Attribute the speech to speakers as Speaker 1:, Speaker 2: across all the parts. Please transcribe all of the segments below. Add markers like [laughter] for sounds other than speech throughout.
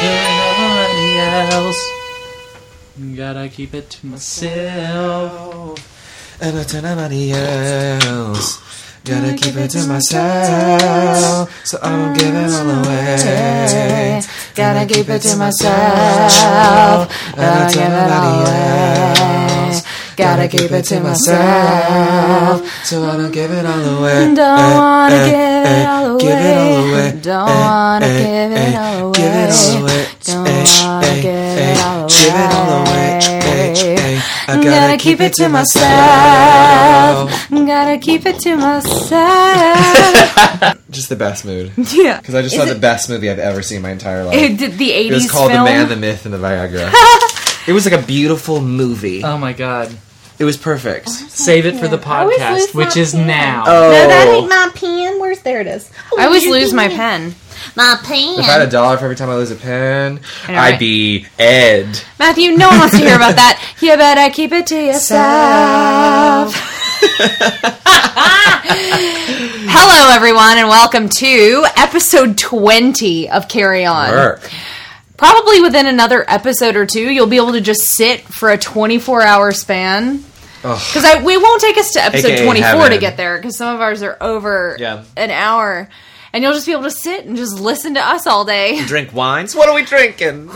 Speaker 1: Nobody else. Gotta keep it to myself.
Speaker 2: And I tell nobody else. Gotta keep it to myself. So I don't give it all away. Gotta keep it to myself. And I tell nobody else. Gotta keep it to myself. So I don't give it all away.
Speaker 3: Don't wanna
Speaker 2: Eh, eh,
Speaker 3: give it
Speaker 2: eh,
Speaker 3: all
Speaker 2: Give it all
Speaker 3: away.
Speaker 2: away.
Speaker 3: Don't
Speaker 2: Eh,
Speaker 3: wanna
Speaker 2: eh,
Speaker 3: give it
Speaker 2: eh,
Speaker 3: all
Speaker 2: Give it all
Speaker 3: away.
Speaker 2: away.
Speaker 3: Don't
Speaker 2: Eh,
Speaker 3: wanna
Speaker 2: eh,
Speaker 3: give it
Speaker 2: eh,
Speaker 3: all
Speaker 2: Give it all away. Eh,
Speaker 3: away.
Speaker 2: eh, I
Speaker 3: I'm
Speaker 2: gotta keep it to myself.
Speaker 3: myself. Gotta keep it
Speaker 2: [laughs]
Speaker 3: to myself. [laughs]
Speaker 2: Just the best mood.
Speaker 3: yeah.
Speaker 2: Because I just
Speaker 3: Is
Speaker 2: saw the
Speaker 3: it-
Speaker 2: best movie I've ever seen in my entire life.
Speaker 3: It, did the 80s
Speaker 2: It was called
Speaker 3: film.
Speaker 2: The Man, the Myth, and the
Speaker 3: [laughs]
Speaker 2: Viagra. it was like a beautiful movie.
Speaker 1: Oh my god.
Speaker 2: it was perfect.
Speaker 1: Save it for the
Speaker 4: I always lose
Speaker 1: podcast, which
Speaker 4: my
Speaker 1: is
Speaker 4: pen.
Speaker 1: now.
Speaker 2: Oh,
Speaker 3: [laughs]
Speaker 4: No, that ain't my pen. Where's there it is? Oh,
Speaker 3: I always
Speaker 4: you're
Speaker 3: lose my
Speaker 4: doing it.
Speaker 3: pen.
Speaker 4: My pen.
Speaker 2: if I had a dollar for every time I lose a pen,
Speaker 3: know,
Speaker 2: I'd
Speaker 3: right?
Speaker 2: be Ed.
Speaker 3: Matthew, no one wants to hear about
Speaker 2: [laughs]
Speaker 3: that. You better keep it to yourself. [laughs] Hello, everyone, and welcome to episode 20 of Carry On.
Speaker 2: Work.
Speaker 3: Probably within another episode or two, you'll be able to just sit for a 24 hour span.
Speaker 2: Ugh.
Speaker 3: Because I we won't take us to episode
Speaker 2: AKA
Speaker 3: 24 to
Speaker 2: heaven.
Speaker 3: get there, because some of ours are over
Speaker 2: Yeah.
Speaker 3: an hour. And you'll just be able to sit and just listen to us all day.
Speaker 2: Drink wines? What are we drinking?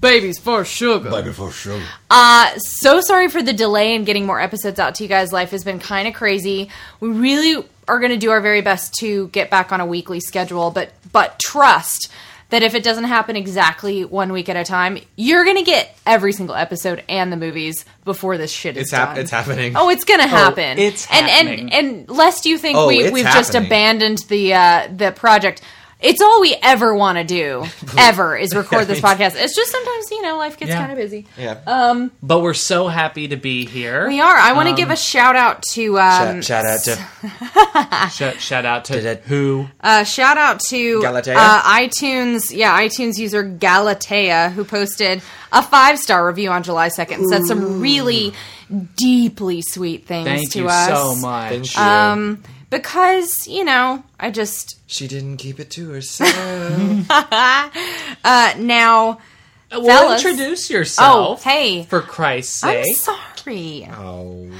Speaker 3: Babies for sugar.
Speaker 2: before show.
Speaker 3: Uh, so sorry for the delay in getting more episodes out to you guys. Life has been kind of crazy. We really are going to do our very best to get back on a weekly schedule, but but trust that if it doesn't happen exactly one week at a time, you're going to get every single episode and the movies before this shit is
Speaker 2: It's, hap-
Speaker 3: done.
Speaker 2: it's happening.
Speaker 3: Oh, it's gonna happen.
Speaker 1: it's
Speaker 3: And
Speaker 1: happening.
Speaker 3: and and lest you think
Speaker 2: Oh,
Speaker 3: we
Speaker 2: it's
Speaker 3: we've just
Speaker 2: happening.
Speaker 3: abandoned the uh, the project. It's all we ever want
Speaker 2: [laughs]
Speaker 3: to do, ever, is record this podcast. It's just sometimes, you know, life gets
Speaker 1: Yeah.
Speaker 3: kind of busy. Um,
Speaker 2: yeah.
Speaker 1: But we're so happy to be here.
Speaker 3: We are. I want to give a shout out to um,
Speaker 2: shout, Um, shout out to
Speaker 1: Shout, shout out to
Speaker 2: Did I-
Speaker 1: who?
Speaker 3: uh, shout out to
Speaker 2: Galatea?
Speaker 3: uh, iTunes. Yeah, iTunes user Galatea who posted a five star review on July second. Said some really deeply sweet things
Speaker 1: Thank
Speaker 3: to
Speaker 1: you
Speaker 3: us.
Speaker 1: so much. Uh,
Speaker 2: Thank you.
Speaker 3: Um, because you know, I just
Speaker 2: she didn't keep it to
Speaker 3: [laughs]
Speaker 2: herself.
Speaker 3: uh, now.
Speaker 1: Well,
Speaker 3: Uh, fellas.
Speaker 1: introduce yourself.
Speaker 3: Oh, hey.
Speaker 1: For Christ's
Speaker 3: I'm
Speaker 1: sake.
Speaker 3: sorry.
Speaker 2: oh.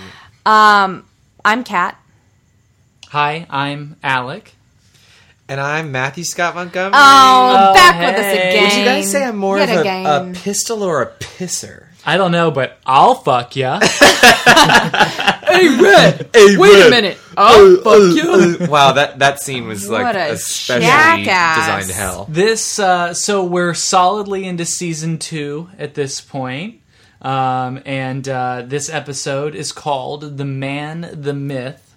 Speaker 3: Um, I'm Kat.
Speaker 1: Hi, I'm Alec.
Speaker 2: And I'm Matthew Scott Montgomery.
Speaker 3: Oh,
Speaker 1: Oh,
Speaker 3: back with us
Speaker 1: hey.
Speaker 3: again.
Speaker 1: Would
Speaker 2: Would you guys say I'm more
Speaker 3: Yet
Speaker 2: of a,
Speaker 3: again.
Speaker 2: a pistol or a pisser?
Speaker 1: I don't know, but I'll fuck ya.
Speaker 2: [laughs]
Speaker 1: [laughs]
Speaker 2: Hey,
Speaker 1: Wait a minute. I'll fuck you.
Speaker 2: [laughs] wow, that, that scene was like
Speaker 3: What a
Speaker 2: especially
Speaker 3: jackass.
Speaker 2: designed to hell.
Speaker 1: This uh, so we're solidly into season two at this point, um, and uh, this episode is called "The Man, the Myth,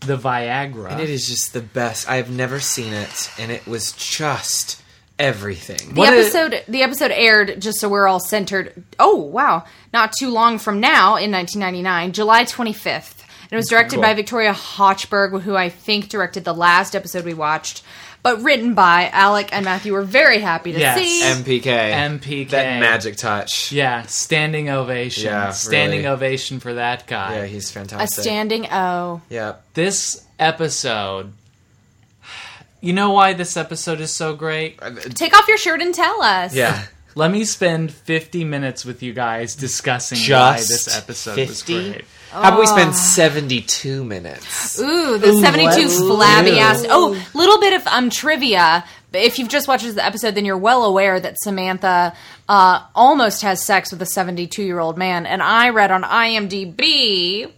Speaker 1: the Viagra."
Speaker 2: And it is just the best. I have never seen it, and it was just everything.
Speaker 3: The
Speaker 1: What a-
Speaker 3: episode the episode aired just so we're all centered. Oh wow, not too long from now in 1999, July 25th. And it was directed
Speaker 2: Cool.
Speaker 3: by Victoria Hochberg, who I think directed the last episode we watched, but written by Alec and Matthew. We're very happy to
Speaker 1: Yes.
Speaker 3: see.
Speaker 2: MPK.
Speaker 1: MPK.
Speaker 2: That magic touch.
Speaker 1: Yeah, standing ovation.
Speaker 2: Yeah, really.
Speaker 1: standing ovation for that guy.
Speaker 2: Yeah, he's
Speaker 3: a
Speaker 2: fantastic.
Speaker 3: standing O.
Speaker 2: [laughs] yeah.
Speaker 1: this episode. [sighs] You know why this episode is so great?
Speaker 3: Take off your shirt and tell us.
Speaker 2: Yeah.
Speaker 1: Let me spend 50 minutes with you guys discussing why
Speaker 2: Just
Speaker 1: this episode was
Speaker 2: 50?
Speaker 1: great.
Speaker 2: How about we spend 72 minutes?
Speaker 3: Oh. Ooh, the 72
Speaker 1: let's
Speaker 3: flabby
Speaker 1: do.
Speaker 3: ass. Oh, little bit of um trivia. But If you've just watched the episode, then you're well aware that Samantha uh, almost has sex with a 72 year old man. And I read on IMDb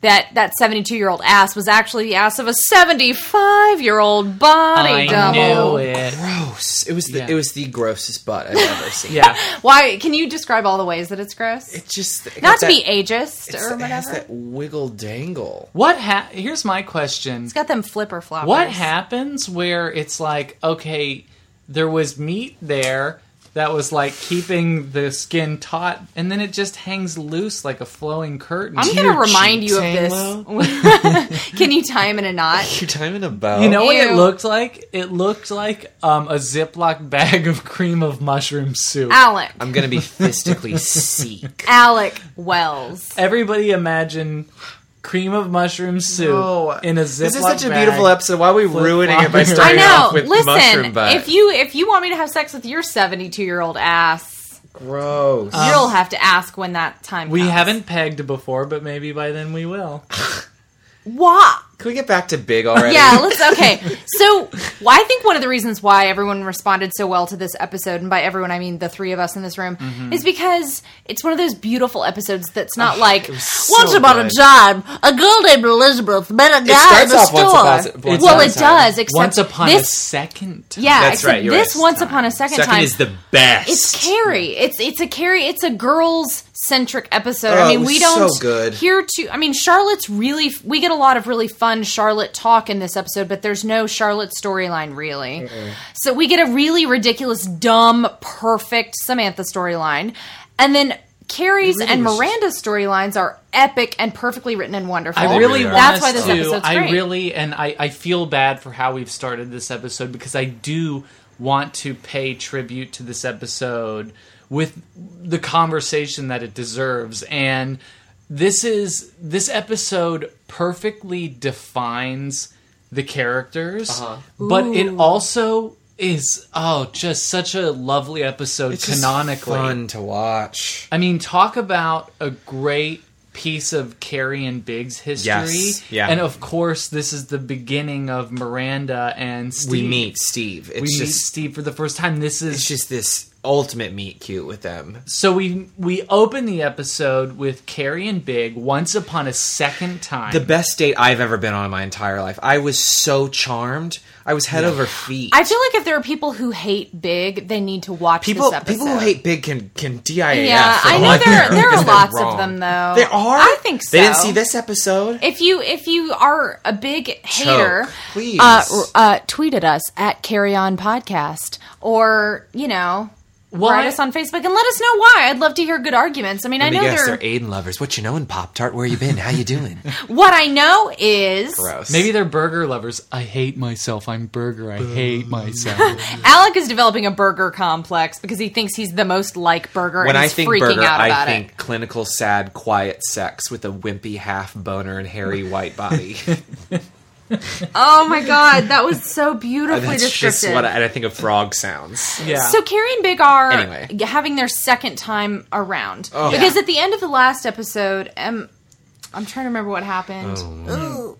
Speaker 3: that that 72 year old ass was actually the ass of a 75 year old body double.
Speaker 1: I knew it.
Speaker 2: Gross. It was the
Speaker 1: Yeah.
Speaker 2: it was the grossest butt I've [laughs] ever seen.
Speaker 1: Yeah.
Speaker 3: Why? Can you describe all the ways that it's gross?
Speaker 2: It just it got
Speaker 3: Not to
Speaker 2: that-
Speaker 3: be ageist
Speaker 2: it's-
Speaker 3: or
Speaker 2: It has
Speaker 3: whatever.
Speaker 2: that wiggle dangle. [laughs]
Speaker 1: What ha- here's my question.
Speaker 3: it's got them flipper floppers.
Speaker 1: What happens where it's like, okay, there was meat there, that was like keeping the skin taut, and then it just hangs loose like a flowing curtain.
Speaker 3: I'm
Speaker 2: your
Speaker 3: gonna remind you of
Speaker 2: cheeks hang
Speaker 3: this. [laughs] Can you tie him in a knot?
Speaker 2: You're timing about.
Speaker 1: you know what it
Speaker 3: Ew.
Speaker 1: looked like? It looked like um, a Ziploc bag of cream of mushroom soup.
Speaker 3: Alec,
Speaker 2: I'm gonna [laughs] be fistically sick.
Speaker 3: Alec Wells.
Speaker 1: Everybody imagine cream of mushroom soup in a Ziploc
Speaker 2: This is such a
Speaker 1: bag.
Speaker 2: beautiful episode. Why are we ruining it by
Speaker 1: flopping
Speaker 2: starting
Speaker 1: Started
Speaker 3: I know.
Speaker 2: off with mushroom
Speaker 3: Listen,
Speaker 2: butt?
Speaker 3: if you if you want me to have sex with your 72 year old ass,
Speaker 2: Gross.
Speaker 3: you'll have to ask when that time.
Speaker 1: We
Speaker 3: comes.
Speaker 1: haven't pegged before, but maybe by then we will.
Speaker 3: Why?
Speaker 2: Can we get back to big already?
Speaker 3: Yeah, let's
Speaker 2: [laughs]
Speaker 3: okay. So well, I think one of the reasons why everyone responded so well to this episode, and by everyone I mean the three of us in this room,
Speaker 2: Mm-hmm.
Speaker 3: is because it's one of those beautiful episodes that's not like
Speaker 2: Oh, so
Speaker 3: once upon a
Speaker 2: good."
Speaker 3: time a girl named Elizabeth met a guy in
Speaker 2: starts
Speaker 3: the
Speaker 2: off
Speaker 3: store.
Speaker 2: once upon- once
Speaker 3: well,
Speaker 2: upon a
Speaker 3: it
Speaker 2: time.
Speaker 3: does. Except
Speaker 1: Once upon a
Speaker 3: this,
Speaker 1: second time.
Speaker 3: yeah,
Speaker 2: That's
Speaker 3: except
Speaker 2: right, you're
Speaker 3: this
Speaker 2: right.
Speaker 3: once upon a second,
Speaker 2: Second
Speaker 3: time
Speaker 2: is the best.
Speaker 3: it's Carrie. It's it's a Carrie. It's a girls centric episode.
Speaker 2: Oh, it
Speaker 3: I mean,
Speaker 2: was
Speaker 3: we don't
Speaker 2: so good.
Speaker 3: hear to. I mean, Charlotte's really. We get a lot of really fun Charlotte talk in this episode, but there's no Charlotte storyline really. So we get a really ridiculous, dumb, perfect Samantha storyline, and then Carrie's and
Speaker 2: was-
Speaker 3: Miranda's storylines are epic and perfectly written and wonderful.
Speaker 1: I really
Speaker 2: Yeah.
Speaker 1: want
Speaker 3: that's
Speaker 1: us
Speaker 3: why this
Speaker 1: to.
Speaker 3: episode's
Speaker 1: I
Speaker 3: great.
Speaker 1: really and I, I feel bad for how we've started this episode because I do want to pay tribute to this episode with the conversation that it deserves and this is this episode perfectly defines the characters but it also is oh just such a lovely episode
Speaker 2: It's just
Speaker 1: canonically
Speaker 2: fun to watch.
Speaker 1: I mean, talk about a great piece of Carrie and Big's history.
Speaker 2: Yes, yeah.
Speaker 1: And of course, this is the beginning of Miranda and Steve.
Speaker 2: We meet Steve. It's
Speaker 1: We meet
Speaker 2: just
Speaker 1: Steve for the first time. This is
Speaker 2: it's just this ultimate meet cute with them.
Speaker 1: so we we open the episode with Carrie and Big once upon a second time.
Speaker 2: The best date I've ever been on in my entire life. I was so charmed. I was head over feet.
Speaker 3: I feel like if there are people who hate Big, they need to watch
Speaker 2: people
Speaker 3: this episode.
Speaker 2: people who hate big can can DIA.
Speaker 3: Yeah, I know there there are lots of them though.
Speaker 2: There are.
Speaker 3: I think so.
Speaker 2: They didn't see this episode.
Speaker 3: If you if you are a big hater,
Speaker 2: please.
Speaker 3: uh, r- uh, tweet at us at Carry On Podcast or you know
Speaker 1: Well,
Speaker 3: write
Speaker 1: I-
Speaker 3: us on Facebook and let us know why. I'd love to hear good arguments. I mean, I
Speaker 2: Let
Speaker 3: know
Speaker 2: me guess,
Speaker 3: they're,
Speaker 2: they're Aiden lovers. What you know in Pop Tart? Where you been? How you
Speaker 3: [laughs]
Speaker 2: doing?
Speaker 3: what I know is
Speaker 2: Gross.
Speaker 1: Maybe they're burger lovers. I hate myself. I'm burger. I hate
Speaker 3: [laughs]
Speaker 1: myself.
Speaker 3: Alec is developing a burger complex because he thinks he's the most like burger
Speaker 2: when
Speaker 3: and
Speaker 2: I
Speaker 3: he's
Speaker 2: think
Speaker 3: freaking
Speaker 2: burger,
Speaker 3: out
Speaker 2: I
Speaker 3: about
Speaker 2: think
Speaker 3: it.
Speaker 2: clinical, sad, quiet sex with a wimpy half boner and hairy white
Speaker 3: [laughs]
Speaker 2: body.
Speaker 3: Oh my god, that was so [laughs] beautifully
Speaker 2: That's
Speaker 3: descriptive.
Speaker 2: just what I, and I think of frog sounds.
Speaker 1: yeah.
Speaker 3: So Carrie and Big are
Speaker 2: Anyway.
Speaker 3: g- having their second time around
Speaker 2: Oh.
Speaker 3: because
Speaker 1: Yeah.
Speaker 3: at the end of the last episode, um, I'm trying to remember what happened.
Speaker 2: Oh,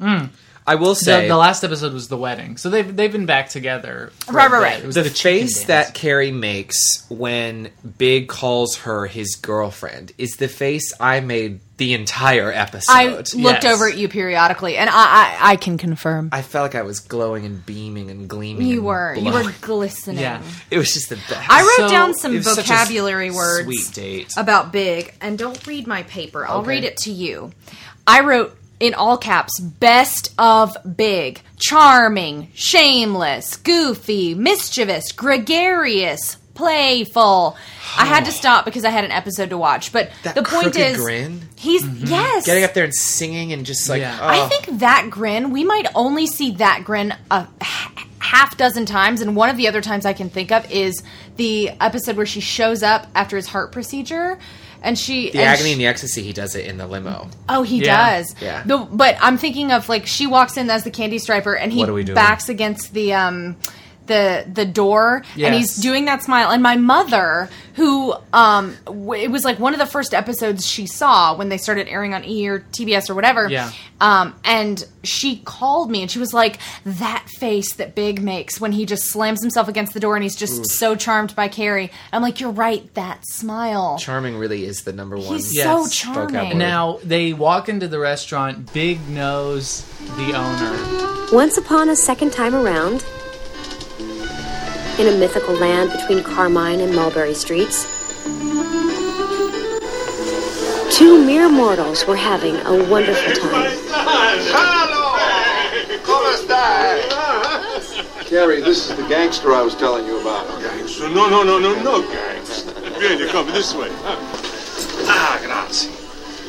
Speaker 2: I will
Speaker 1: The,
Speaker 2: say
Speaker 1: the last episode was the wedding, so they've they've been back together. for a
Speaker 3: Right, right,
Speaker 1: bit.
Speaker 3: right.
Speaker 1: It was
Speaker 2: the,
Speaker 1: the chicken
Speaker 2: face
Speaker 1: dance.
Speaker 2: that Carrie makes when Big calls her his girlfriend is the face I made the entire episode.
Speaker 3: I looked
Speaker 1: Yes.
Speaker 3: over at you periodically, and I I, I can confirm
Speaker 2: I felt like I was glowing and beaming and gleaming.
Speaker 3: you
Speaker 2: and
Speaker 3: were you
Speaker 2: blowing.
Speaker 3: were glistening.
Speaker 1: Yeah.
Speaker 2: [laughs] It was just the best.
Speaker 3: I wrote
Speaker 1: So,
Speaker 3: down
Speaker 2: It
Speaker 3: some
Speaker 2: was such a
Speaker 3: vocabulary words
Speaker 2: Sweet date.
Speaker 3: about big, and don't read my paper. I'll
Speaker 2: Okay.
Speaker 3: read it to you. I wrote in all caps best of big, charming, shameless, goofy, mischievous, gregarious, playful. I had to stop because I had an episode to watch, but
Speaker 2: That
Speaker 3: the point
Speaker 2: crooked
Speaker 3: is
Speaker 2: grin. Mm-hmm.
Speaker 3: he's yes.
Speaker 2: Getting up there and singing and just like
Speaker 1: Yeah.
Speaker 2: oh.
Speaker 3: I think that grin, we might only see that grin a h- half dozen times, and one of the other times I can think of is the episode where she shows up after his heart procedure, and she
Speaker 2: the agony and the ecstasy. He does it in the limo.
Speaker 3: oh he
Speaker 1: Yeah.
Speaker 3: does
Speaker 2: Yeah.
Speaker 3: The- but I'm thinking of like she walks in as the candy striper, and he
Speaker 2: What are we doing?
Speaker 3: backs against the um. The, the door and he's
Speaker 1: Yes.
Speaker 3: doing that smile and my mother who um w- it was like one of the first episodes she saw when they started airing on E or TBS or whatever
Speaker 1: Yeah.
Speaker 3: um, and she called me and she was like, that face that Big makes when he just slams himself against the door and he's just so charmed by Carrie. I'm like, you're right, that smile.
Speaker 2: Charming really is the number one.
Speaker 3: He's
Speaker 1: Yes.
Speaker 3: so
Speaker 1: Vocab
Speaker 3: charming.
Speaker 2: word.
Speaker 1: Now they walk into the restaurant. Big knows the owner.
Speaker 5: Once upon a second time around, in a mythical land between Carmine and Mulberry Streets, two mere mortals were having a wonderful time.
Speaker 6: Sano! Come stai? Gary, this is the gangster I was telling you about.
Speaker 7: Gangster? No, no, no, no, no, gangster. Here, you're coming this way. Ah, grazie.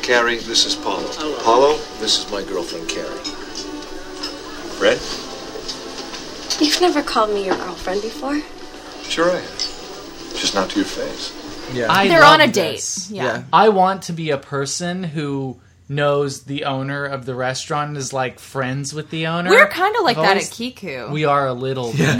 Speaker 6: Carrie, this is Paulo. Paulo, this is my girlfriend, Carrie. Fred?
Speaker 5: You've never called me your girlfriend before.
Speaker 6: Sure I am. Just not to your face.
Speaker 2: Yeah.
Speaker 1: I
Speaker 3: They're
Speaker 1: love
Speaker 3: on a date.
Speaker 1: this.
Speaker 3: Yeah.
Speaker 1: I want to be a person who knows the owner of the restaurant and is like friends with the owner.
Speaker 3: We're kind of like
Speaker 1: I've
Speaker 3: that
Speaker 1: always-
Speaker 3: at Kiku.
Speaker 1: We are a little bit.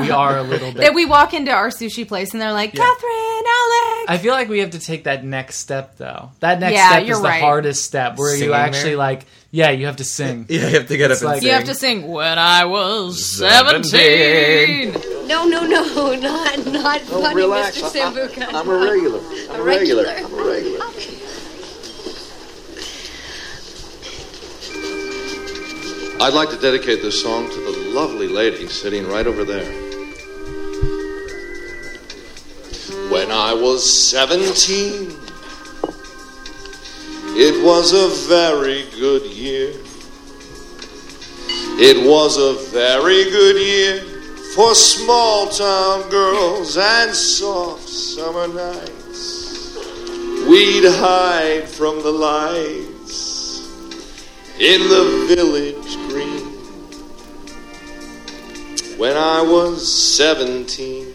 Speaker 1: we are
Speaker 3: [laughs]
Speaker 1: a little bit.
Speaker 3: that we walk into our sushi place and they're like, Catherine, Alex.
Speaker 1: I feel like we have to take that next step though. That next
Speaker 3: Yeah,
Speaker 1: step
Speaker 3: you're
Speaker 1: is the
Speaker 3: right.
Speaker 1: hardest step where
Speaker 2: Singing
Speaker 1: you actually
Speaker 2: there?
Speaker 1: like yeah, you have to sing.
Speaker 2: Yeah, you have to get up and
Speaker 1: like-
Speaker 2: sing.
Speaker 3: you have to sing, When I Was
Speaker 2: 17.
Speaker 3: 17.
Speaker 8: No, no,
Speaker 9: [laughs]
Speaker 8: no, not not funny,
Speaker 6: relax.
Speaker 8: Mr. Sambuca.
Speaker 6: I'm a [laughs] regular. I'm a
Speaker 8: regular.
Speaker 6: regular. I'm a regular. I'd like to dedicate this song to the lovely lady sitting right over there. When I was 17, it was a very good year. It was a very good year for small town girls and soft summer nights. We'd hide from the lights in the village green. When I was 17,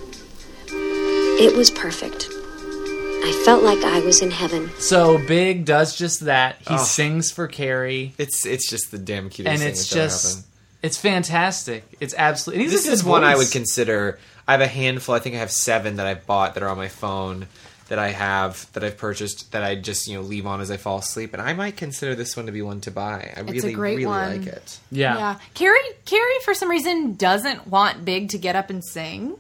Speaker 5: It was perfect. I felt like I was in heaven.
Speaker 1: So Big does just that. He
Speaker 2: Oh.
Speaker 1: sings for Carrie
Speaker 2: It's it's just the damn cutest
Speaker 1: and
Speaker 2: thing
Speaker 1: it's
Speaker 2: that's ever
Speaker 1: just
Speaker 2: happened.
Speaker 1: it's fantastic. It's absolutely
Speaker 2: This is one I would consider. I have a handful. I think I have seven that I bought that are on my phone that I have that I've purchased that I just you know leave on as I fall asleep. And I might consider this one to be one to buy. I really
Speaker 3: great
Speaker 2: really
Speaker 3: one.
Speaker 2: like it.
Speaker 1: yeah.
Speaker 3: Yeah. Carrie, Carrie, for some reason, doesn't want Big to get up and sing.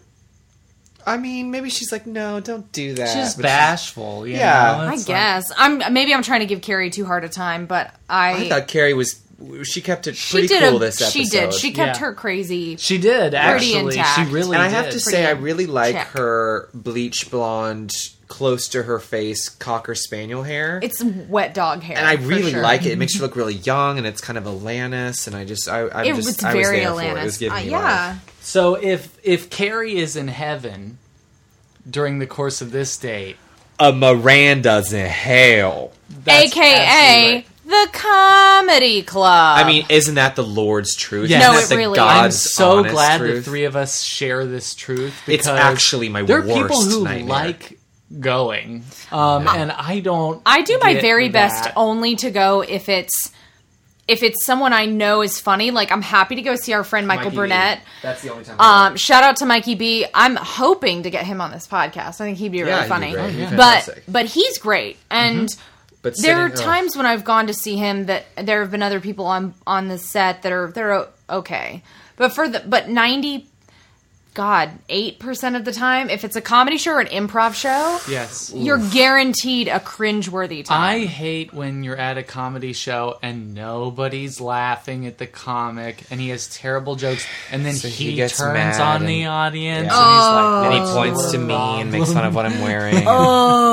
Speaker 2: I mean, maybe she's like, no, don't do that.
Speaker 1: She's
Speaker 2: But
Speaker 1: bashful, you
Speaker 2: Yeah.
Speaker 1: know?
Speaker 3: I
Speaker 1: It's like-
Speaker 3: guess. I'm Maybe I'm trying to give Carrie too hard a time, but I.
Speaker 2: I thought Carrie was. She kept it
Speaker 3: she
Speaker 2: pretty
Speaker 3: did
Speaker 2: cool
Speaker 3: a,
Speaker 2: this episode.
Speaker 3: She did. She kept
Speaker 1: Yeah.
Speaker 3: her crazy.
Speaker 1: she did actually. She
Speaker 3: intact.
Speaker 1: really
Speaker 2: and I
Speaker 1: did.
Speaker 2: have to say, I
Speaker 3: Pretty
Speaker 2: really like
Speaker 3: check.
Speaker 2: her bleach blonde, close to her face cocker spaniel hair.
Speaker 3: It's wet dog hair.
Speaker 2: and I
Speaker 3: for
Speaker 2: really
Speaker 3: sure.
Speaker 2: like it. It
Speaker 3: [laughs]
Speaker 2: makes you look really young, and it's kind of Alanis. And I just, I, I'm
Speaker 3: It
Speaker 2: just,
Speaker 3: was
Speaker 2: I was
Speaker 3: very
Speaker 2: there for it. It was
Speaker 3: Alanis.
Speaker 2: giving
Speaker 3: Uh,
Speaker 2: me
Speaker 3: yeah.
Speaker 2: life.
Speaker 1: So if if Carrie is in heaven during the course of this date,
Speaker 2: A Miranda's in hell.
Speaker 1: that's absolutely
Speaker 3: AKA
Speaker 1: right.
Speaker 3: the comedy club.
Speaker 2: I mean, isn't that the Lord's truth?
Speaker 1: Yes.
Speaker 2: Isn't
Speaker 1: No,
Speaker 2: that
Speaker 3: Um, it
Speaker 2: the
Speaker 3: really is.
Speaker 2: God's
Speaker 1: I'm so
Speaker 2: honest
Speaker 1: glad the
Speaker 2: truth?
Speaker 1: three of us share this truth
Speaker 2: It's
Speaker 1: because
Speaker 2: actually my
Speaker 1: there are
Speaker 2: worst
Speaker 1: people who
Speaker 2: nightmare.
Speaker 1: like going, um, and I don't.
Speaker 3: I do my
Speaker 1: get
Speaker 3: very best
Speaker 1: that.
Speaker 3: only to go if it's if it's someone I know is funny. Like I'm happy to go see our friend Michael
Speaker 2: Mikey
Speaker 3: Burnett.
Speaker 2: B. That's the only time. I
Speaker 3: Um, shout out to Mikey B. I'm hoping to get him on this podcast. I think he'd be really
Speaker 2: Yeah, he'd be
Speaker 3: funny.
Speaker 2: great. He'd be
Speaker 3: But
Speaker 2: fantastic. Mm-hmm.
Speaker 3: but he's great. And
Speaker 2: but
Speaker 3: there are
Speaker 2: sitting- oh.
Speaker 3: times when I've gone to see him that there have been other people on on the set that are they're o- okay. But for the but 90 God, 8% of the time if it's a comedy show or an improv show,
Speaker 1: Yes,
Speaker 3: you're guaranteed a cringeworthy time.
Speaker 1: I hate when you're at a comedy show and nobody's laughing at the comic, and he has terrible jokes, and then
Speaker 2: he
Speaker 1: he,
Speaker 2: gets
Speaker 1: turns
Speaker 2: mad
Speaker 1: on the
Speaker 2: and-
Speaker 1: audience,
Speaker 2: Yeah.
Speaker 1: and
Speaker 2: and
Speaker 1: he's like,
Speaker 2: he points to me and makes fun of what I'm [laughs] wearing.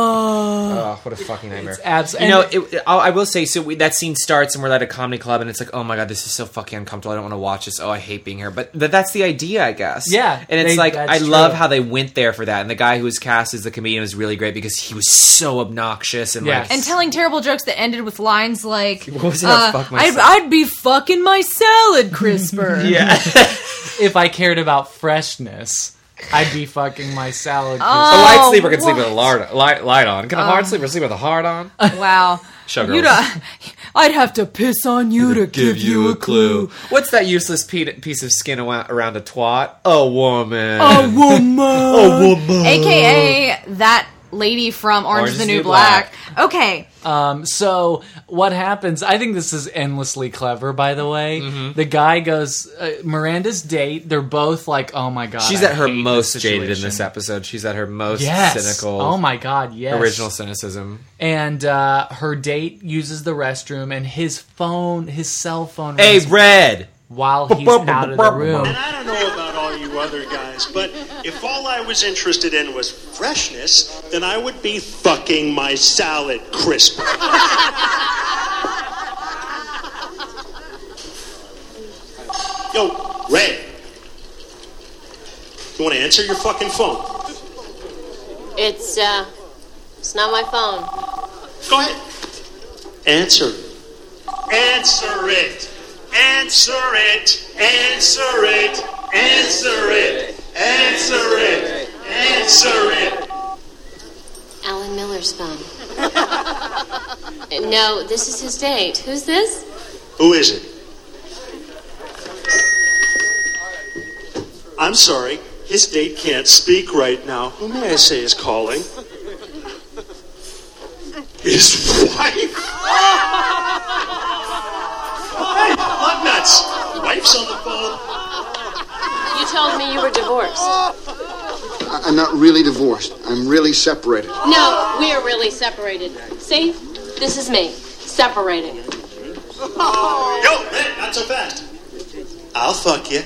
Speaker 2: oh, what a fucking nightmare!
Speaker 1: It's abs-
Speaker 2: you know,
Speaker 1: and-
Speaker 2: it, it- I'll- I will say, so we, that scene starts and we're at a comedy club, and it's like, oh my god, this is so fucking uncomfortable. I don't want to watch this. Oh, I hate being here. But th- that's the idea, I guess.
Speaker 1: Yeah,
Speaker 2: and it's
Speaker 1: they-
Speaker 2: like
Speaker 1: that's
Speaker 2: I love
Speaker 1: true.
Speaker 2: how they went there for that. And the guy who was cast as the comedian was really great because he was so obnoxious and
Speaker 1: Yes.
Speaker 2: like
Speaker 3: and telling terrible jokes that ended with lines like
Speaker 2: [laughs] What was it? I'll
Speaker 3: uh,
Speaker 2: fuck my
Speaker 3: I'd,
Speaker 2: salad."
Speaker 3: I'd be fucking my salad crisper.
Speaker 2: [laughs] yeah.
Speaker 1: if I cared about freshness, I'd be fucking my salad.
Speaker 2: a
Speaker 1: Oh.
Speaker 2: light sleeper can sleep with a light, light, light on. Can a hard sleeper sleep with a hard on?
Speaker 3: Wow.
Speaker 2: Showgirls.
Speaker 3: You'd, uh, I'd have to piss on you to give you a clue.
Speaker 2: What's that useless pe- piece of skin awa- around a twat? A woman.
Speaker 3: A
Speaker 2: [laughs]
Speaker 3: woman.
Speaker 2: a woman.
Speaker 3: AKA that lady from Orange, is the New Black. Okay.
Speaker 1: Um, so what happens? I think this is endlessly clever. By the way,
Speaker 2: Mm-hmm.
Speaker 1: the guy goes uh, Miranda's date. They're both like, "Oh my god,
Speaker 2: She's
Speaker 1: I
Speaker 2: at her
Speaker 1: hate this
Speaker 2: most jaded in
Speaker 1: situation."
Speaker 2: this episode. She's at her most
Speaker 1: Yes.
Speaker 2: cynical.
Speaker 1: Oh my god. Yes.
Speaker 2: original cynicism.
Speaker 1: And uh, her date uses the restroom, and his phone, his cell phone,
Speaker 2: Hey,
Speaker 1: rings
Speaker 2: Red.
Speaker 1: while he's out of the room.
Speaker 7: I don't know about all you other guys, but if all I was interested in was freshness, then I would be fucking my salad crisp. Yo, Red. You want to answer your fucking phone?
Speaker 9: It's uh, it's not my phone.
Speaker 7: Go ahead. Answer. Answer it. Answer it. Answer it. Answer it. Answer it. Answer it.
Speaker 9: Alan Miller's phone. [laughs] no, this is his date. Who's this?
Speaker 7: Who is it? I'm sorry. His date can't speak right now. Who may I say is calling? His wife. hey, love nuts. Wife's on the phone.
Speaker 9: You told me you were divorced.
Speaker 6: I- I'm not really divorced. I'm really separated.
Speaker 9: No, we are really separated. See, this is me separated.
Speaker 7: Yo, hey, not so fast. I'll fuck you.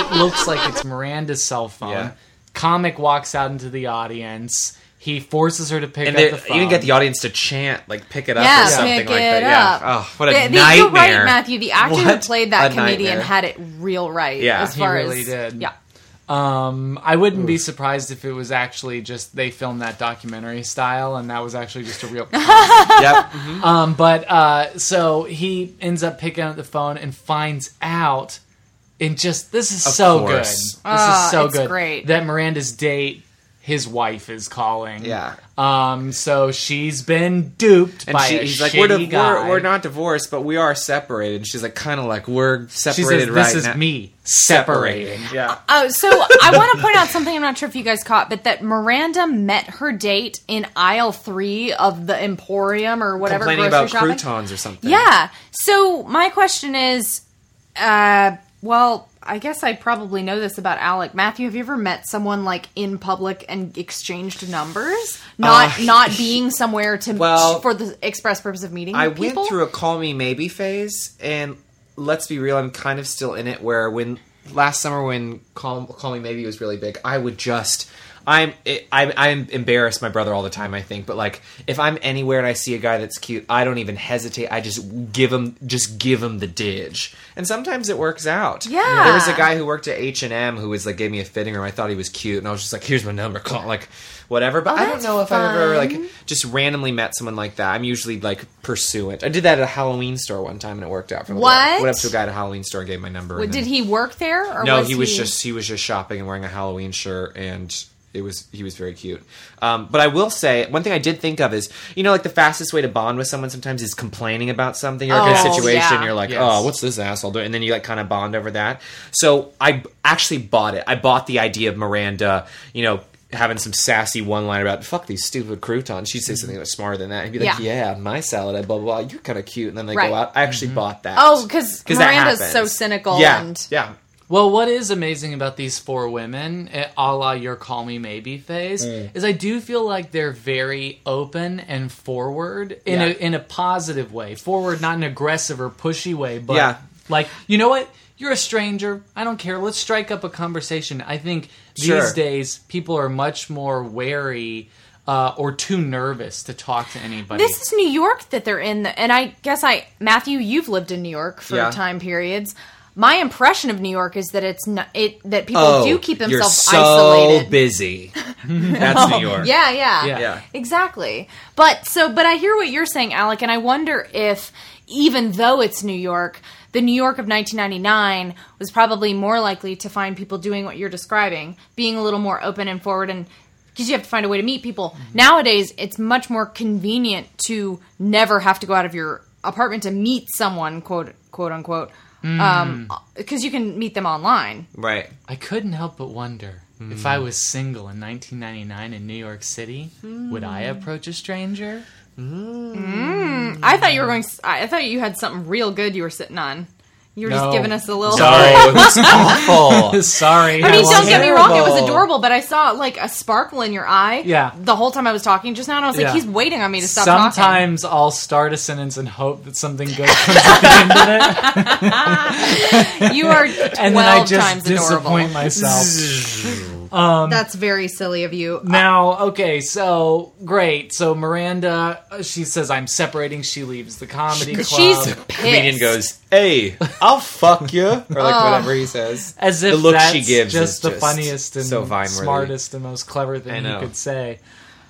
Speaker 1: It looks like it's Miranda's cell phone.
Speaker 2: Yeah.
Speaker 1: Comic walks out into the audience. He forces her to pick
Speaker 2: And
Speaker 1: up
Speaker 2: they
Speaker 1: the phone.
Speaker 2: even get the audience to chant, like pick it up
Speaker 3: Yeah,
Speaker 2: or something
Speaker 3: pick
Speaker 2: like
Speaker 3: it
Speaker 2: that. Yeah.
Speaker 3: up.
Speaker 2: Oh, what a
Speaker 3: Yeah,
Speaker 2: nightmare!
Speaker 3: You're right, Matthew. The actor who
Speaker 2: What
Speaker 3: played that
Speaker 2: a
Speaker 3: comedian
Speaker 2: nightmare.
Speaker 3: had it real right.
Speaker 2: Yeah,
Speaker 3: as
Speaker 2: he
Speaker 3: far
Speaker 1: really
Speaker 3: as,
Speaker 1: did.
Speaker 3: Yeah,
Speaker 1: Um, I wouldn't be surprised if it was actually just they filmed that documentary style, and that was actually just a real.
Speaker 2: yep.
Speaker 1: um, but uh, so he ends up picking up the phone and finds out, and just this is
Speaker 2: Of
Speaker 1: so
Speaker 2: course.
Speaker 1: good. This
Speaker 3: Ah,
Speaker 1: is so
Speaker 3: it's
Speaker 1: good.
Speaker 3: great.
Speaker 1: That Miranda's date, his wife is calling.
Speaker 2: Yeah.
Speaker 1: Um. So she's been duped
Speaker 2: And
Speaker 1: by
Speaker 2: she,
Speaker 1: a
Speaker 2: he's
Speaker 1: shitty
Speaker 2: like, we're, div-
Speaker 1: guy.
Speaker 2: we're, we're not divorced, but we are separated. And she's like, kind of like, we're
Speaker 1: She
Speaker 2: separated
Speaker 1: says, "This
Speaker 2: right
Speaker 1: is
Speaker 2: now.
Speaker 1: me separating."
Speaker 2: Yeah.
Speaker 3: Oh, so I want to point out something I'm not sure if you guys caught, but that Miranda met her date in aisle three of the Emporium or whatever
Speaker 2: Complaining
Speaker 3: grocery
Speaker 2: about
Speaker 3: shopping.
Speaker 2: croutons or something.
Speaker 3: Yeah. So my question is, uh, well, I guess I probably know this about Alec Matthew. Have you ever met someone like in public and exchanged numbers, not not being somewhere to
Speaker 2: Uh, Well,
Speaker 3: for the express purpose of meeting?
Speaker 2: I
Speaker 3: people?
Speaker 2: went through a call me maybe phase, and let's be real, I'm kind of still in it. Where when last summer when call, call me maybe was really big, I would just. I'm it, I'm I'm embarrassed my brother all the time I think but like if I'm anywhere and I see a guy that's cute I don't even hesitate I just give him just give him the dig and sometimes it works out
Speaker 3: Yeah.
Speaker 2: there was a guy who worked at H and M who was like gave me a fitting room I thought he was cute and I was just like here's my number [laughs] call like whatever but I don't
Speaker 3: Oh, that's
Speaker 2: know if I've ever
Speaker 3: fun.
Speaker 2: like just randomly met someone like that. I'm usually like pursuant. I did that at a Halloween store one time and it worked out for a little
Speaker 3: What?
Speaker 2: while. Went up to a guy at a Halloween store and gave my number. and
Speaker 3: Did
Speaker 2: then-
Speaker 3: he work there? Or
Speaker 2: No,
Speaker 3: was
Speaker 2: he was just he was just shopping and wearing a Halloween shirt and it was he was very cute. Um, but I will say one thing I did think of is you know like the fastest way to bond with someone sometimes is complaining about something or like,
Speaker 3: Oh,
Speaker 2: a situation
Speaker 3: yeah.
Speaker 2: you're like
Speaker 1: Yes.
Speaker 2: oh what's this asshole doing and then you like kind of bond over that. So I b- actually bought it. I bought the idea of Miranda you know having some sassy one line about fuck these stupid croutons. She'd say something that's smarter than that. And be like yeah. my salad I blah blah blah you're kind of cute and then they
Speaker 3: Right.
Speaker 2: go out. I actually bought that.
Speaker 3: Oh, 'cause
Speaker 2: that
Speaker 3: Miranda's
Speaker 2: happens.
Speaker 3: so cynical
Speaker 2: Yeah.
Speaker 3: and-
Speaker 2: yeah.
Speaker 1: Well, what is amazing about these four women, eh, a la your call me maybe phase,
Speaker 2: Mm.
Speaker 1: is I do feel like they're very open and forward in, a,
Speaker 2: Yeah.
Speaker 1: in a positive way. Forward, not an aggressive or pushy way, but
Speaker 2: Yeah.
Speaker 1: like, you know what? You're a stranger. I don't care. Let's strike up a conversation. I think these
Speaker 2: Sure.
Speaker 1: days people are much more wary uh, or too nervous to talk to anybody.
Speaker 3: This is New York that they're in, the, and I guess I Matthew, you've lived in New York for
Speaker 2: Yeah.
Speaker 3: time periods. My impression of New York is that it's not it that people do keep
Speaker 2: Oh, you're
Speaker 3: themselves
Speaker 2: so
Speaker 3: isolated.
Speaker 2: [laughs] busy. That's New York.
Speaker 3: Yeah, yeah,
Speaker 1: Yeah.
Speaker 2: Yeah.
Speaker 3: exactly. But so, but I hear what you're saying, Alec, and I wonder if even though it's New York, the New York of 1999 was probably more likely to find people doing what you're describing, being a little more open and forward and. Because you have to find a way to meet people. Nowadays, it's much more convenient to never have to go out of your apartment to meet someone, quote, quote unquote, because you can meet them online.
Speaker 2: Right.
Speaker 1: I couldn't help but wonder if
Speaker 2: Hmm.
Speaker 1: I was single in 1999 in New York City, would I
Speaker 2: Hmm.
Speaker 1: approach
Speaker 2: [laughs]
Speaker 1: a stranger?
Speaker 3: I thought you were going. I thought you had something real good you were sitting on. You were
Speaker 1: No.
Speaker 3: just giving us a little.
Speaker 2: Oh, [laughs] it's awful.
Speaker 1: Sorry.
Speaker 3: I mean,
Speaker 2: was
Speaker 3: don't get me wrong. It was
Speaker 2: terrible.
Speaker 3: adorable, but I saw like a sparkle in your eye.
Speaker 1: Yeah.
Speaker 3: The whole time I was talking just now, and I was like,
Speaker 1: Yeah.
Speaker 3: he's waiting on me to stop talking.
Speaker 1: Sometimes I'll start a sentence and hope that something good comes at the end of
Speaker 3: [laughs]
Speaker 1: it,
Speaker 3: You are
Speaker 1: and
Speaker 3: twelve
Speaker 1: [laughs] then I just
Speaker 3: times
Speaker 1: disappoint
Speaker 3: adorable.
Speaker 1: myself.
Speaker 3: That's very silly of you.
Speaker 1: Now, okay, so great. So Miranda, uh, she says, "I'm separating." She leaves the comedy club
Speaker 3: She's
Speaker 2: Comedian
Speaker 3: pissed.
Speaker 2: goes, "Hey, I'll fuck you," or like whatever he says.
Speaker 1: as if
Speaker 2: the look
Speaker 1: that's
Speaker 2: she gives
Speaker 1: just
Speaker 2: is
Speaker 1: the
Speaker 2: just
Speaker 1: funniest and
Speaker 2: so Vine-worthy.
Speaker 1: smartest and most clever thing you
Speaker 2: know.
Speaker 1: could say.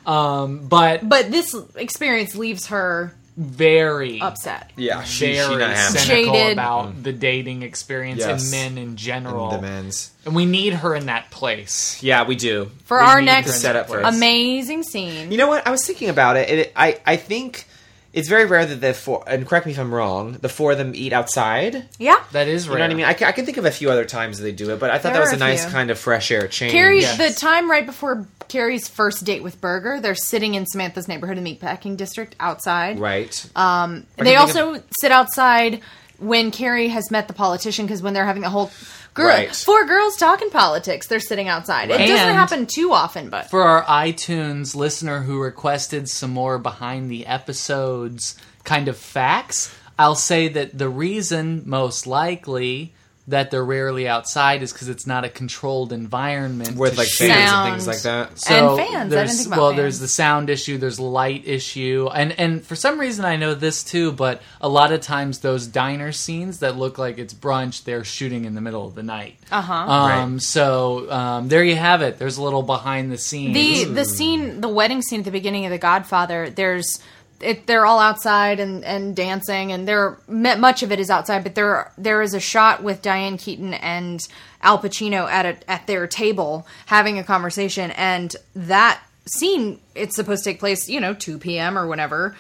Speaker 1: Um, but
Speaker 3: But this experience leaves her
Speaker 1: very
Speaker 3: upset.
Speaker 2: Yeah, she,
Speaker 1: very
Speaker 2: she not having it. Mm.
Speaker 1: cynical
Speaker 3: Jaded.
Speaker 1: about the dating experience
Speaker 2: Yes.
Speaker 1: and men in general.
Speaker 2: the men's.
Speaker 1: And we need her in that place.
Speaker 2: Yeah, we do.
Speaker 3: For
Speaker 1: We
Speaker 3: our
Speaker 1: need
Speaker 3: next
Speaker 1: her in that
Speaker 2: setup for
Speaker 1: place.
Speaker 2: us.
Speaker 3: amazing scene.
Speaker 2: You know what? I was thinking about it. it I I think it's very rare that the four. And correct me if I'm wrong. The four of them eat outside.
Speaker 3: Yeah.
Speaker 1: That is
Speaker 2: You
Speaker 1: rare.
Speaker 2: know what I mean? I, ca- I can think of a few other times they do it, but I thought
Speaker 3: There
Speaker 2: that was
Speaker 3: are
Speaker 2: a
Speaker 3: a
Speaker 2: nice
Speaker 3: few.
Speaker 2: kind of fresh air change.
Speaker 3: Carrie,
Speaker 1: Yes.
Speaker 3: the time right before Carrie's first date with Berger, they're sitting in Samantha's neighborhood in the meatpacking district outside.
Speaker 2: right?
Speaker 3: They
Speaker 2: I can think
Speaker 3: also sit outside when Carrie has met the politician because when they're having the whole girl,
Speaker 2: Right.
Speaker 3: four girls talking politics, they're sitting outside. It doesn't
Speaker 1: And-
Speaker 3: happen too often, but
Speaker 1: for our iTunes listener who requested some more behind the episodes kind of facts, I'll say that the reason most likely that they're rarely outside is because it's not a controlled environment
Speaker 2: with
Speaker 1: to
Speaker 2: like
Speaker 1: shoot.
Speaker 2: fans
Speaker 3: Sound.
Speaker 2: and things like that.
Speaker 1: So
Speaker 3: And fans. I
Speaker 1: there's-
Speaker 3: didn't think about
Speaker 1: well,
Speaker 3: fans.
Speaker 1: there's the sound issue, there's light issue, and and for some reason I know this too, but a lot of times those diner scenes that look like it's brunch, they're shooting in the middle of the night. Uh
Speaker 3: Uh-huh.
Speaker 1: huh. Um.
Speaker 2: Right.
Speaker 1: So um, there you have it. There's a little behind the scenes.
Speaker 3: the the scene, the wedding scene at the beginning of The Godfather, there's. It, they're all outside and, and dancing, and there mu- much of it is outside. But there there is a shot with Diane Keaton and Al Pacino at a, at their table having a conversation, and that scene it's supposed to take place, you know, two p.m. or whenever.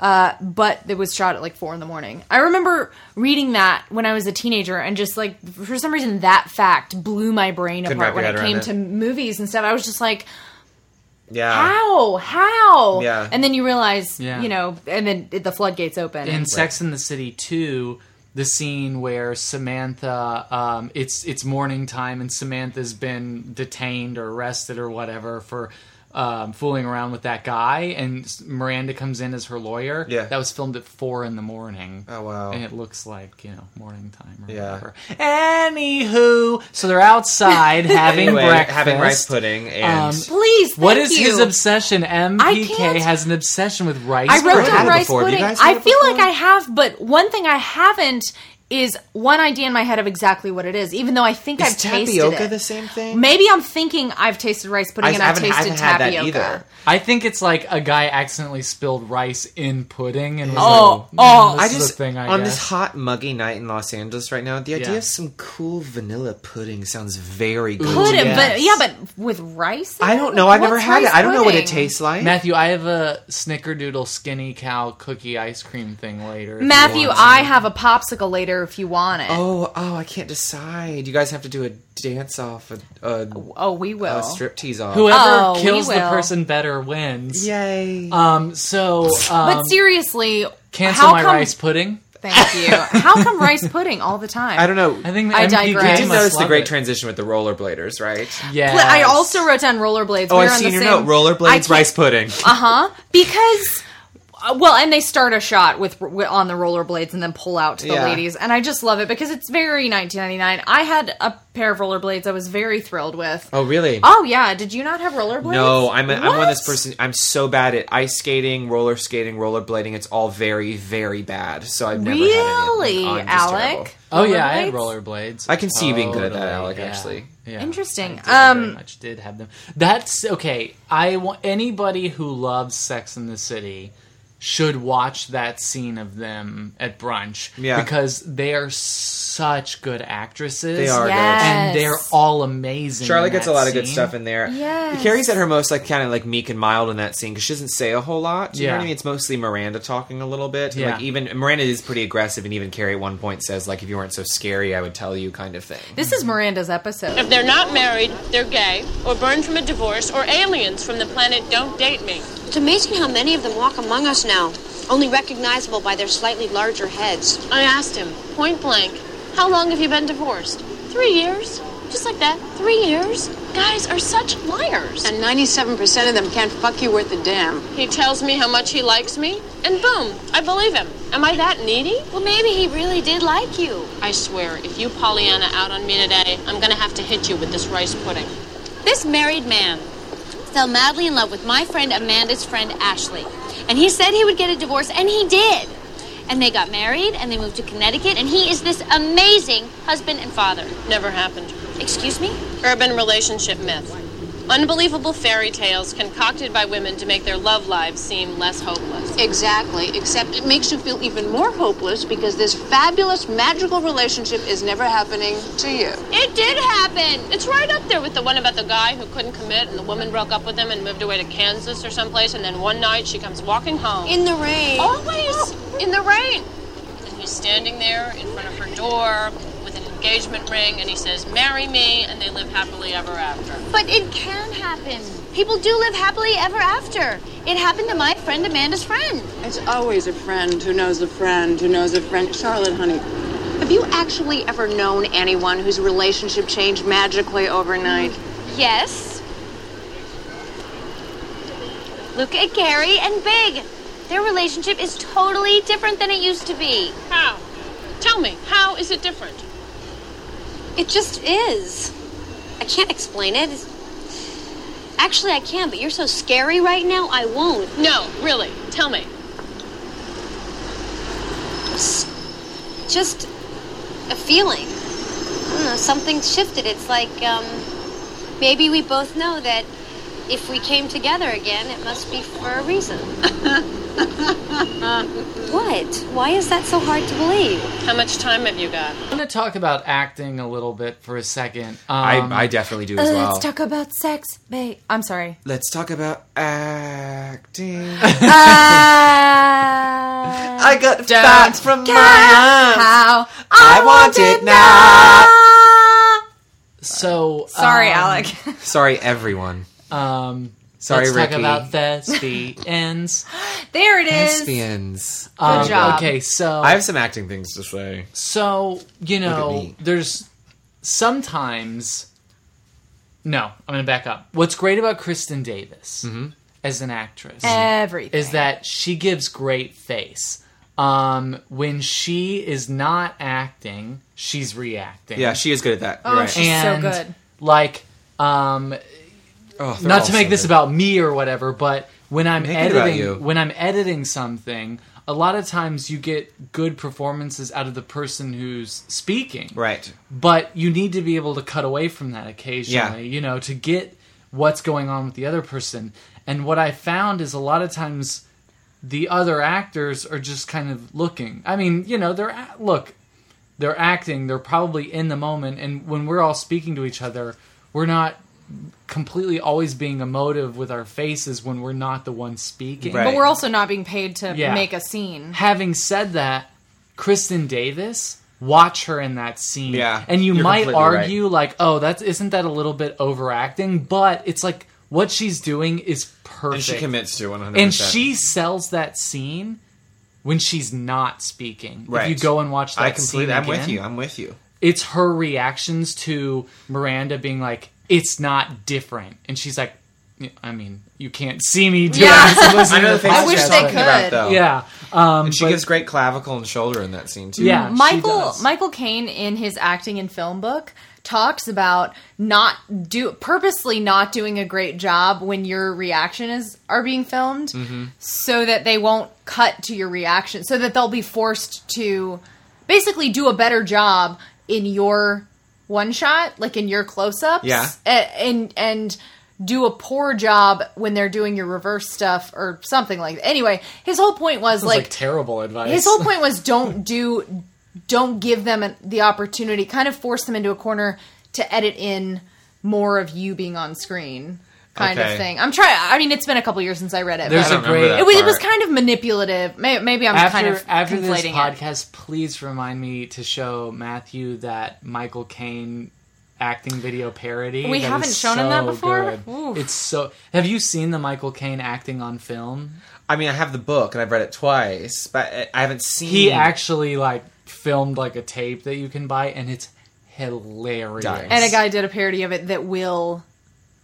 Speaker 3: uh, but it was shot at like four in the morning. I remember reading that when I was a teenager, and just like for some reason that fact blew my brain
Speaker 2: wrap
Speaker 3: apart when
Speaker 2: your head
Speaker 3: it
Speaker 2: around
Speaker 3: came
Speaker 2: it.
Speaker 3: to movies and stuff. I was just like,
Speaker 2: Yeah.
Speaker 3: how, how?
Speaker 2: Ah. Yeah.
Speaker 3: And then you realize,
Speaker 1: Yeah.
Speaker 3: you know, and then it- the floodgates open.
Speaker 1: in Sex in the City 2, the scene where Samantha, um, it's it's morning time and Samantha's been detained or arrested or whatever for um, fooling around with that guy, and S- Miranda comes in as her lawyer.
Speaker 2: Yeah.
Speaker 1: that was filmed at four in the morning.
Speaker 2: Oh, wow.
Speaker 1: And it looks like you know morning time or
Speaker 2: Yeah.
Speaker 1: whatever. Anywho, so
Speaker 2: [laughs]
Speaker 1: they're outside having
Speaker 2: Anyway,
Speaker 1: breakfast,
Speaker 2: having rice pudding and
Speaker 1: Um,
Speaker 3: Please,
Speaker 1: What
Speaker 3: thank
Speaker 1: is
Speaker 3: you.
Speaker 1: his obsession? MPK
Speaker 3: can't-
Speaker 1: has an obsession with rice.
Speaker 3: I wrote
Speaker 2: had
Speaker 3: down
Speaker 2: it
Speaker 3: rice
Speaker 2: before. Have you
Speaker 3: pudding.
Speaker 2: guys had
Speaker 3: I
Speaker 2: it
Speaker 3: feel
Speaker 2: before?
Speaker 3: like I have, but one thing I haven't is one idea in my head of exactly what it is, even though I think
Speaker 2: is
Speaker 3: I've tasted
Speaker 2: tapioca
Speaker 3: it.
Speaker 2: the same thing?
Speaker 3: Maybe I'm thinking I've tasted rice pudding
Speaker 2: I,
Speaker 3: and I've
Speaker 2: haven't, I haven't
Speaker 3: tasted
Speaker 2: had
Speaker 3: tapioca.
Speaker 2: that either.
Speaker 1: I think it's like a guy accidentally spilled rice in pudding and was
Speaker 3: Oh,
Speaker 1: like,
Speaker 3: oh.
Speaker 1: "Mm,
Speaker 2: I
Speaker 1: this is
Speaker 2: just
Speaker 1: a thing I
Speaker 2: on
Speaker 1: guess."
Speaker 2: this hot muggy night in Los Angeles right now, the idea
Speaker 1: Yeah.
Speaker 2: of some cool vanilla pudding sounds very good.
Speaker 3: Could
Speaker 2: to
Speaker 3: have,
Speaker 2: me.
Speaker 3: but yeah, but with rice. in
Speaker 2: I
Speaker 3: it?
Speaker 2: don't know. I've never
Speaker 3: What's
Speaker 2: had it.
Speaker 3: rice
Speaker 2: I don't know what it
Speaker 3: pudding?
Speaker 2: tastes like.
Speaker 1: Matthew, I have a snickerdoodle skinny cow cookie ice cream thing later. if you
Speaker 3: Matthew,
Speaker 1: want.
Speaker 3: I have a popsicle later if you want it. Oh,
Speaker 2: oh, oh, I can't decide. You guys have to do a dance off, a, a,
Speaker 3: Oh, we will.
Speaker 2: a strip tease off.
Speaker 1: whoever
Speaker 3: Oh, we
Speaker 1: kills the
Speaker 3: will.
Speaker 1: person better wins.
Speaker 2: Yay!
Speaker 1: Um so um,
Speaker 3: but seriously,
Speaker 1: cancel
Speaker 3: how
Speaker 1: my
Speaker 3: come,
Speaker 1: rice pudding.
Speaker 3: Thank you. How come rice pudding all the time?
Speaker 2: I don't know.
Speaker 1: I think the
Speaker 3: I
Speaker 1: MPK
Speaker 3: digress.
Speaker 2: I
Speaker 3: You
Speaker 2: did
Speaker 1: must
Speaker 2: notice the
Speaker 1: love
Speaker 2: great
Speaker 1: it.
Speaker 2: transition with the rollerblades, right?
Speaker 1: Yes.
Speaker 3: But I also wrote down rollerblades.
Speaker 2: Oh,
Speaker 3: we
Speaker 2: I
Speaker 3: were on
Speaker 2: see
Speaker 3: the
Speaker 2: your note.
Speaker 3: same-
Speaker 2: Rollerblades, rice pudding.
Speaker 3: Uh huh. Because. uh, Well, and they start a shot with, with on the rollerblades and then pull out to the
Speaker 2: Yeah.
Speaker 3: ladies, and I just love it because it's very 1999. I had a pair of rollerblades I was very thrilled with.
Speaker 2: oh, really?
Speaker 3: Oh yeah, did you not have rollerblades?
Speaker 2: No, I'm a, I'm one of this
Speaker 3: What?
Speaker 2: person. I'm so bad at ice skating, roller skating, rollerblading. It's all very, very bad. So I've never
Speaker 3: Really,
Speaker 2: had any. I'm just terrible.
Speaker 3: Alec?
Speaker 1: Oh yeah, I had
Speaker 3: Rollerblades?
Speaker 1: rollerblades.
Speaker 2: I can see you being good at that,
Speaker 1: Totally,
Speaker 2: Alec,
Speaker 1: yeah.
Speaker 2: actually.
Speaker 1: Yeah.
Speaker 3: Interesting.
Speaker 1: I very
Speaker 3: Um,
Speaker 1: much did have them. That's okay. I want anybody who loves Sex in the City should watch that scene of them at brunch
Speaker 2: Yeah.
Speaker 1: because they are such good actresses.
Speaker 2: They are
Speaker 3: Yes.
Speaker 1: and they're all amazing.
Speaker 2: Charlotte
Speaker 1: in
Speaker 2: gets a
Speaker 1: that
Speaker 2: lot of good
Speaker 1: scene.
Speaker 2: stuff in there.
Speaker 3: Yes.
Speaker 2: Carrie's at her most like kind of like meek and mild in that scene because she doesn't say a whole lot. You know
Speaker 1: Yeah.
Speaker 2: what I mean? It's mostly Miranda talking a little bit. And,
Speaker 1: Yeah.
Speaker 2: Like even Miranda is pretty aggressive, and even Carrie at one point says like, "If you weren't so scary, I would tell you," kind of thing.
Speaker 3: This is Miranda's episode.
Speaker 9: If they're not married, they're gay, or burned from a divorce, or aliens from the planet Don't Date Me.
Speaker 10: It's amazing how many of them walk among us now, only recognizable by their slightly larger heads.
Speaker 9: I asked him, point blank, how long have you been divorced? Three years. Just like that, three years. Guys are such liars. And
Speaker 10: 97% of them can't fuck you worth a damn.
Speaker 9: he tells me how much he likes me, and boom, I believe him. Am I that needy?
Speaker 10: Well, maybe he really did like you.
Speaker 9: I swear, if you Pollyanna out on me today, I'm gonna have to hit you with this rice pudding.
Speaker 5: This married man fell madly in love with my friend Amanda's friend Ashley. And he said he would get a divorce, and he did. And they got married, and they moved to Connecticut, and he is this amazing husband and father.
Speaker 9: Never happened.
Speaker 5: Excuse me?
Speaker 9: Urban relationship myth. Unbelievable fairy tales concocted by women to make their love lives seem less hopeless.
Speaker 11: Exactly, except it makes you feel even more hopeless because this fabulous, magical relationship is never happening to you.
Speaker 9: It did happen! It's right up there with the one about the guy who couldn't commit and the woman broke up with him and moved away to Kansas or someplace, and then one night she comes walking home.
Speaker 11: In the rain.
Speaker 9: Always in the rain! And he's standing there in front of her door with an engagement ring and he says, Marry me, and they live happily ever after.
Speaker 5: But it can happen. People do live happily ever after. It happened to my friend Amanda's friend.
Speaker 12: It's always a friend who knows a friend who knows a friend. Charlotte, honey, have you actually ever known anyone whose relationship changed magically overnight?
Speaker 5: Yes. Look at Gary and Big. Their relationship is totally different than it used to be.
Speaker 9: How? Tell me, how is it different?
Speaker 5: It just is. I can't explain it. It's- Actually, I can, but you're so scary right now, I won't.
Speaker 9: No, really, tell me.
Speaker 5: It's just a feeling. I don't know, something shifted. It's like um, maybe we both know that if we came together again, it must be for a reason. [laughs] what? Why is that so hard to believe?
Speaker 9: How much time have you got?
Speaker 1: I want to talk about acting a little bit for a second. Um,
Speaker 2: I, I definitely do as well.
Speaker 3: uh, Let's talk about sex, babe. I'm sorry. Uh,
Speaker 2: [laughs] Let's talk about acting.
Speaker 3: I
Speaker 2: I got
Speaker 3: Uh, Don't
Speaker 2: fat from my
Speaker 3: care
Speaker 2: mom.
Speaker 3: how
Speaker 2: I want it now.
Speaker 1: so
Speaker 3: Sorry,
Speaker 1: um,
Speaker 3: Alec. [laughs]
Speaker 2: Sorry, everyone.
Speaker 1: Um,
Speaker 2: Sorry,
Speaker 1: let's
Speaker 2: Ricky.
Speaker 1: talk about [laughs] thespians.
Speaker 3: there it is.
Speaker 2: Thespians.
Speaker 1: Um,
Speaker 3: job.
Speaker 1: Okay, so
Speaker 2: I have some acting things to say.
Speaker 1: so you know,
Speaker 2: me.
Speaker 1: there's sometimes. No, I'm going to back up. What's great about Kristen Davis
Speaker 2: Mm-hmm.
Speaker 1: as an actress
Speaker 3: Everything.
Speaker 1: is that she gives great face. Um, when she is not acting, she's reacting.
Speaker 2: Yeah, she is good at that.
Speaker 3: Oh,
Speaker 2: You're right.
Speaker 3: she's- so
Speaker 1: and
Speaker 3: good.
Speaker 1: like um,
Speaker 2: Oh, they're
Speaker 1: not
Speaker 2: all
Speaker 1: to make
Speaker 2: so
Speaker 1: this
Speaker 2: good.
Speaker 1: about me or whatever, but when I'm
Speaker 2: Make it about you.
Speaker 1: editing when I'm editing something, a lot of times you get good performances out of the person who's speaking.
Speaker 2: right.
Speaker 1: But you need to be able to cut away from that occasionally, you know, to get what's going on with the other person. And what I found is a lot of times the other actors are just kind of looking. I mean, you know, they're at, look, they're acting, they're probably in the moment and when we're all speaking to each other, we're not completely always being emotive with our faces when we're not the one speaking.
Speaker 2: Right.
Speaker 3: But we're also not being paid to
Speaker 1: Yeah.
Speaker 3: make a scene.
Speaker 1: Having said that, Kristen Davis, watch her in that scene.
Speaker 2: Yeah,
Speaker 1: And you
Speaker 2: you're
Speaker 1: might
Speaker 2: completely right.
Speaker 1: argue like, "Oh, that's isn't that a little bit overacting?" But it's like what she's doing is perfect.
Speaker 2: And she commits to 100%.
Speaker 1: And she sells that scene when she's not speaking.
Speaker 2: Right.
Speaker 1: If you go and watch that
Speaker 2: I completely.
Speaker 1: scene
Speaker 2: I'm with
Speaker 1: again,
Speaker 2: you. I'm with you.
Speaker 1: It's her reactions to Miranda being like, "It's not different." And she's like, I mean, you can't see me do
Speaker 3: Yeah.
Speaker 1: that. I'm listening
Speaker 2: [laughs] I know
Speaker 1: to
Speaker 2: the things
Speaker 3: I
Speaker 2: that
Speaker 3: wish
Speaker 2: she's
Speaker 3: they
Speaker 2: talking about,
Speaker 3: could.
Speaker 2: though.
Speaker 1: the- Yeah. Um,
Speaker 2: And she
Speaker 1: but-
Speaker 2: gives great clavicle and shoulder in that scene too.
Speaker 1: Yeah. she
Speaker 3: Michael
Speaker 1: does.
Speaker 3: Michael Caine in his acting and film book talks about not do purposely not doing a great job when your reaction is are being filmed
Speaker 1: Mm-hmm.
Speaker 3: so that they won't cut to your reaction so that they'll be forced to basically do a better job in your one shot like in your close ups
Speaker 2: Yeah.
Speaker 3: and and do a poor job when they're doing your reverse stuff or something like that. Anyway, his whole point was
Speaker 1: This is, like,
Speaker 3: like
Speaker 1: terrible advice.
Speaker 3: his
Speaker 1: [laughs]
Speaker 3: whole point was don't do don't give them an- the opportunity kind of force them into a corner to edit in more of you being on screen kind
Speaker 2: Okay.
Speaker 3: of thing i'm trying i mean it's been a couple years since i read it
Speaker 1: There's
Speaker 2: I
Speaker 1: a
Speaker 2: don't remember
Speaker 1: great-
Speaker 2: that
Speaker 3: it was, it was
Speaker 2: part.
Speaker 3: kind of manipulative May- maybe i'm
Speaker 1: after
Speaker 3: kind of
Speaker 1: after this
Speaker 3: conflating it.
Speaker 1: podcast, please remind me to show Matthew that Michael Caine acting video parody.
Speaker 3: We
Speaker 1: That
Speaker 3: haven't
Speaker 1: is
Speaker 3: shown him that
Speaker 1: so
Speaker 3: before?
Speaker 1: good.
Speaker 3: Oof.
Speaker 1: It's so. Have you seen the Michael Caine acting on film?
Speaker 2: I mean, I have the book and I've read it twice, but I- I haven't seen.
Speaker 3: Mm.
Speaker 1: He actually like filmed like a tape that you can buy, and it's hilarious.
Speaker 2: Nice.
Speaker 3: and a guy did a parody of it that will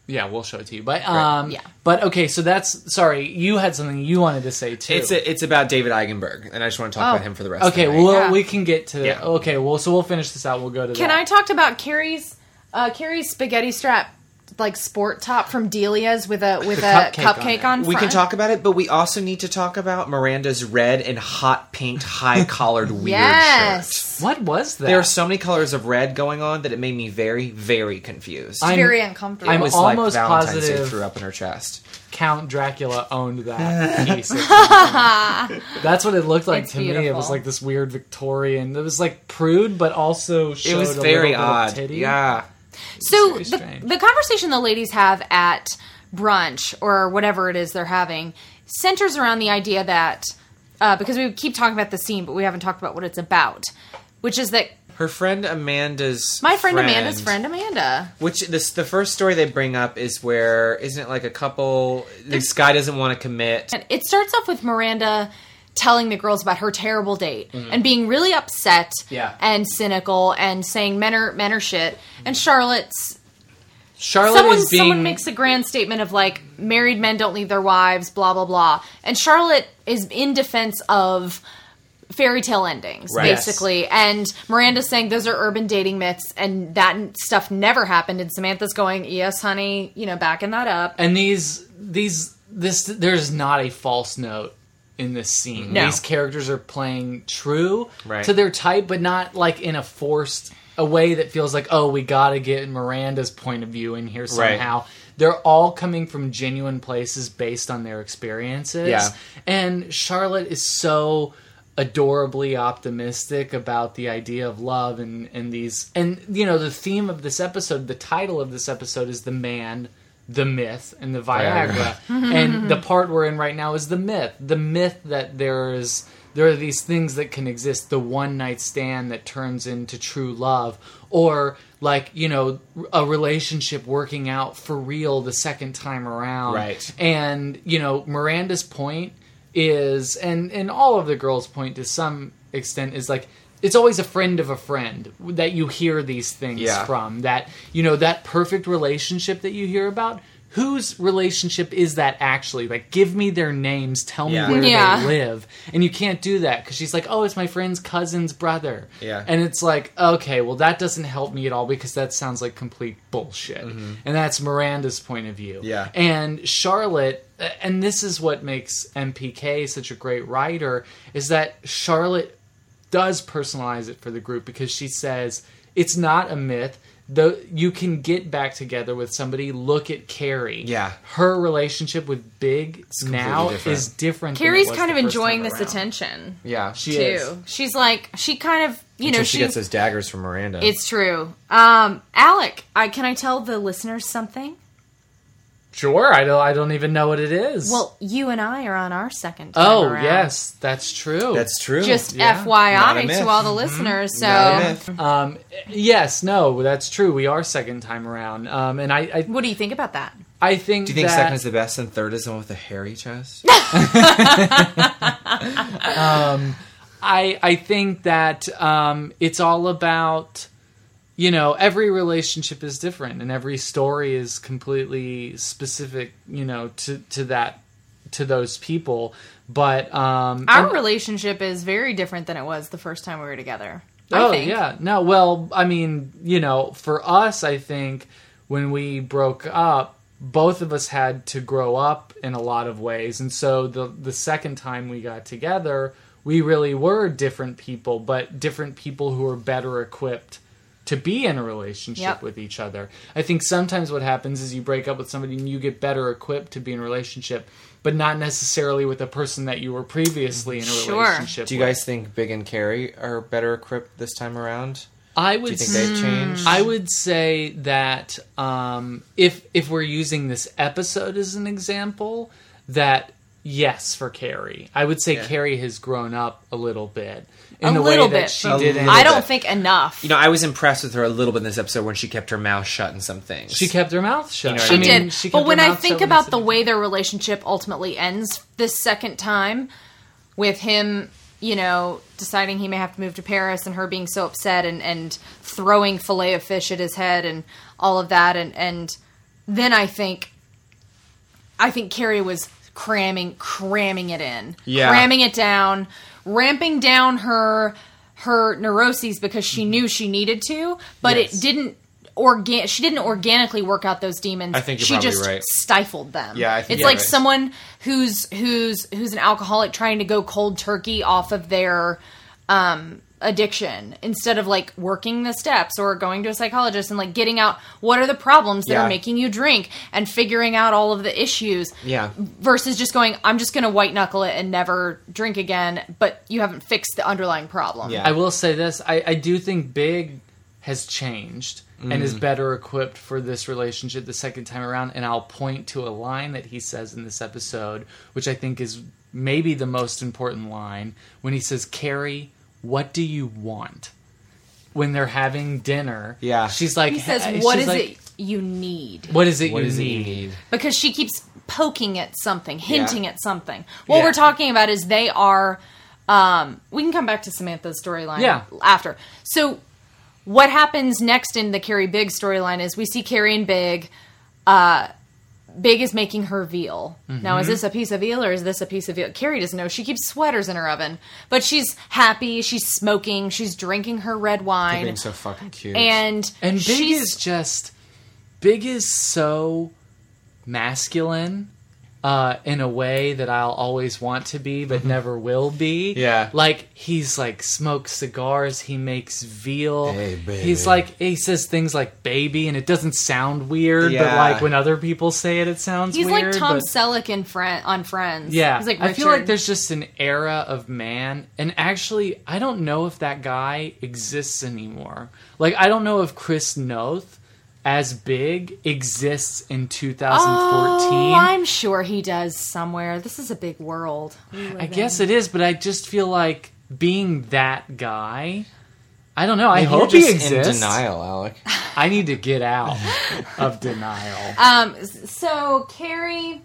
Speaker 1: Yeah, we'll show it to you. But um,
Speaker 3: Yeah.
Speaker 1: But okay, so that's sorry. You had something you wanted to say too.
Speaker 2: It's a, it's about David Eigenberg, and I just want to talk
Speaker 3: Oh.
Speaker 2: about him for the rest.
Speaker 1: Okay,
Speaker 2: of the night.
Speaker 1: well,
Speaker 3: Yeah.
Speaker 1: we can get to
Speaker 2: Yeah.
Speaker 1: Okay, well, so we'll finish this out. We'll go to
Speaker 3: can
Speaker 1: that.
Speaker 3: i talked about carrie's uh carrie's spaghetti strap like sport top from Delia's with a with
Speaker 13: The
Speaker 3: a cupcake, on,
Speaker 13: We can
Speaker 3: front.
Speaker 13: talk about it, but we also need to talk about Miranda's red and hot pink high
Speaker 3: [laughs]
Speaker 13: collared weird shirt.
Speaker 3: Yes.
Speaker 1: What was that?
Speaker 13: There are so many colors of red going on that it made me very, very confused.
Speaker 1: I'm-
Speaker 3: very uncomfortable.
Speaker 13: It
Speaker 1: I'm
Speaker 13: was
Speaker 1: almost
Speaker 13: like Valentine's
Speaker 1: positive-
Speaker 13: Day threw up in her chest.
Speaker 1: Count Dracula owned
Speaker 13: [laughs]
Speaker 1: that piece.
Speaker 3: [laughs]
Speaker 1: That's what it looked like
Speaker 13: It's
Speaker 1: to me. It was
Speaker 13: beautiful.
Speaker 1: like this weird Victorian. It was like prude, but also showed
Speaker 13: was
Speaker 1: a little
Speaker 13: very
Speaker 1: bit of
Speaker 13: odd.
Speaker 1: titty.
Speaker 13: Yeah.
Speaker 3: so the, the conversation the ladies have at brunch or whatever it is they're having centers around the idea that uh, because we keep talking about the scene, but we haven't talked about what it's about, which is that
Speaker 13: Her friend Amanda's
Speaker 3: my friend, Amanda's friend Amanda.
Speaker 13: Which this the first story they bring up is where isn't it like a couple this guy doesn't want to commit.
Speaker 3: And it starts off with Miranda telling the girls about her terrible date
Speaker 13: Mhm.
Speaker 3: and being really upset
Speaker 13: Yeah.
Speaker 3: and cynical and saying men are men are shit. And Charlotte's
Speaker 1: Charlotte
Speaker 3: someone
Speaker 1: is being
Speaker 3: someone makes a grand statement of like married men don't leave their wives, blah blah blah. And Charlotte is in defense of fairy tale endings
Speaker 2: Right. Yes.
Speaker 3: basically and miranda's saying those are urban dating myths and that stuff never happened and samantha's going yes honey you know backing that up
Speaker 1: and these these this there's not a false note in this scene.
Speaker 3: No.
Speaker 1: These characters are playing true
Speaker 13: Right.
Speaker 1: to their type, but not like in a forced a way that feels like oh we gotta get Miranda's point of view in here
Speaker 13: Right.
Speaker 1: somehow. They're all coming from genuine places based on their experiences.
Speaker 13: Yeah.
Speaker 1: And Charlotte is so adorably optimistic about the idea of love and, and these and you know the theme of this episode the title of this episode is the man the myth and the viagra
Speaker 13: Viagra.
Speaker 1: and the part we're in right now is the myth the myth that there is there are these things that can exist the one night stand that turns into true love or like you know a relationship working out for real the second time around
Speaker 13: Right.
Speaker 1: and you know miranda's point is and and all of the girls point to some extent is like it's always a friend of a friend that you hear these things
Speaker 13: Yeah.
Speaker 1: from that you know that perfect relationship that you hear about whose relationship is that actually like give me their names tell
Speaker 13: Yeah.
Speaker 1: me where
Speaker 13: Yeah.
Speaker 1: they live and you can't do that because she's like oh it's my friend's cousin's brother
Speaker 13: Yeah.
Speaker 1: and it's like okay well that doesn't help me at all because that sounds like complete bullshit
Speaker 13: Mm-hmm.
Speaker 1: and that's miranda's point of view
Speaker 13: Yeah.
Speaker 1: and Charlotte, uh, and this is what makes MPK such a great writer, is that Charlotte does personalize it for the group because she says it's not a myth. Though you can get back together with somebody. Look at Carrie. Yeah, her relationship with Big
Speaker 13: completely
Speaker 1: now
Speaker 13: different.
Speaker 1: is different. than it
Speaker 3: Carrie's
Speaker 1: was
Speaker 3: kind
Speaker 1: the
Speaker 3: of
Speaker 1: first
Speaker 3: enjoying
Speaker 1: time
Speaker 3: this
Speaker 1: around.
Speaker 3: attention.
Speaker 13: Yeah.
Speaker 1: She
Speaker 3: too.
Speaker 1: is.
Speaker 3: She's like she kind of you
Speaker 13: Until
Speaker 3: know
Speaker 13: she
Speaker 3: she,
Speaker 13: gets those daggers from Miranda.
Speaker 3: it's true. Um, Alec, I can I tell the listeners something?
Speaker 1: Sure, I don't. I don't even know what it is.
Speaker 3: Well, you and I are on our second. Time
Speaker 1: oh
Speaker 3: around.
Speaker 1: yes, that's true. That's
Speaker 13: true.
Speaker 3: Just FYI to all the listeners. So,
Speaker 1: Um, yes, no, that's true. We are second time around. Um, and I, I,
Speaker 3: what do you think about that?
Speaker 1: I think.
Speaker 13: Do you think
Speaker 1: that,
Speaker 13: second is the best and third is the one with the hairy chest?
Speaker 1: um, I I think that um, it's all about you know every relationship is different and every story is completely specific you know to to that to those people but um
Speaker 3: our
Speaker 1: and-
Speaker 3: relationship is very different than it was the first time we were together. I
Speaker 1: Oh
Speaker 3: think.
Speaker 1: yeah, no. Well, I mean, you know, for us, I think when we broke up, both of us had to grow up in a lot of ways, and so the the second time we got together, we really were different people, but different people who were better equipped to be in a relationship
Speaker 13: Yep.
Speaker 1: with each other. I think sometimes what happens is you break up with somebody and you get better equipped to be in a relationship, but not necessarily with the person that you were previously in a relationship.
Speaker 13: Do you
Speaker 1: with.
Speaker 13: guys think Big and Carrie are better equipped this time around?
Speaker 1: I would
Speaker 13: Do you think
Speaker 1: s-
Speaker 3: Mm.
Speaker 13: they've changed?
Speaker 1: I would say that um, if if we're using this episode as an example, that yes for Carrie, I would say
Speaker 13: Yeah.
Speaker 1: Carrie has grown up a little bit
Speaker 3: a
Speaker 1: in the
Speaker 3: little
Speaker 1: way
Speaker 3: bit.
Speaker 1: that she
Speaker 3: but
Speaker 1: didn't.
Speaker 3: I don't think enough.
Speaker 13: You know, I was impressed with her a little bit in this episode when she kept her mouth shut in some things. She
Speaker 1: kept her mouth shut.
Speaker 3: She did. but when I think about the way their relationship ultimately ends this second time, with him, you know, deciding he may have to move to Paris and her being so upset and, and throwing filet of fish at his head and all of that and, and then I think I think Carrie was cramming cramming it in.
Speaker 2: Yeah.
Speaker 3: Cramming it down, ramping down her her neuroses because she knew she needed to, but
Speaker 2: Yes.
Speaker 3: it didn't organ. She didn't organically work out those demons.
Speaker 2: I think you're
Speaker 3: she
Speaker 2: probably
Speaker 3: just
Speaker 2: right.
Speaker 3: stifled them.
Speaker 2: Yeah, I think
Speaker 3: it's
Speaker 2: you're
Speaker 3: like
Speaker 2: right.
Speaker 3: someone who's who's who's an alcoholic trying to go cold turkey off of their um, addiction instead of like working the steps or going to a psychologist and like getting out what are the problems that
Speaker 2: Yeah.
Speaker 3: are making you drink and figuring out all of the issues
Speaker 2: Yeah.
Speaker 3: versus just going i'm just going to white knuckle it and never drink again but you haven't fixed the underlying problem
Speaker 1: I will say this: I, I do think Big has changed and is
Speaker 2: Mm.
Speaker 1: better equipped for this relationship the second time around. And I'll point to a line that he says in this episode, which I think is maybe the most important line when he says, "Carrie, what do you want?" When they're having dinner, yeah, she's like,
Speaker 3: he says
Speaker 1: she's
Speaker 3: what is
Speaker 1: like,
Speaker 3: it you need
Speaker 1: What is it
Speaker 2: What
Speaker 1: you
Speaker 2: is it
Speaker 1: need?
Speaker 3: because she keeps poking at something hinting at something what
Speaker 1: Yeah.
Speaker 3: we're talking about is they are um, we can come back to samantha's storyline
Speaker 1: Yeah.
Speaker 3: after so what happens next in the carrie big storyline is we see carrie and big uh, big is making her veal now is
Speaker 1: Mm-hmm.
Speaker 14: Mhm.
Speaker 3: this a piece of veal or is this a piece of veal carrie doesn't know she keeps sweaters in her oven but she's happy she's smoking she's drinking her red
Speaker 2: For
Speaker 3: wine
Speaker 2: being so fucking cute.
Speaker 3: and
Speaker 1: And Big
Speaker 3: she's
Speaker 1: is just Big is so masculine uh, in a way that I'll always want to be, but never will be.
Speaker 2: Mm-hmm. Yeah.
Speaker 1: like he's like smokes cigars. He makes veal. Hey,
Speaker 2: baby.
Speaker 1: He's like he says things like "baby," and it doesn't sound weird, but
Speaker 2: Yeah.
Speaker 1: like when other people say it, it sounds.
Speaker 3: He's
Speaker 1: weird,
Speaker 3: like Tom
Speaker 1: but-
Speaker 3: Selleck in Fri- on Friends.
Speaker 1: yeah,
Speaker 3: he's like
Speaker 1: I feel like
Speaker 3: Richard.
Speaker 1: there's just an era of man, and actually, I don't know if that guy exists anymore. Like, I don't know if Chris Noth as big exists in 2014.
Speaker 3: Oh, I'm sure he does somewhere. This is a big world. we live
Speaker 1: I guess
Speaker 3: in.
Speaker 1: it is, but I just feel like being that guy. I don't know. I
Speaker 2: Maybe
Speaker 1: hope
Speaker 2: you're
Speaker 1: he
Speaker 2: just in
Speaker 1: exists.
Speaker 2: denial,
Speaker 3: [laughs]
Speaker 2: Alec.
Speaker 1: I need to get [laughs] out of denial.
Speaker 3: Um. s- So Carrie.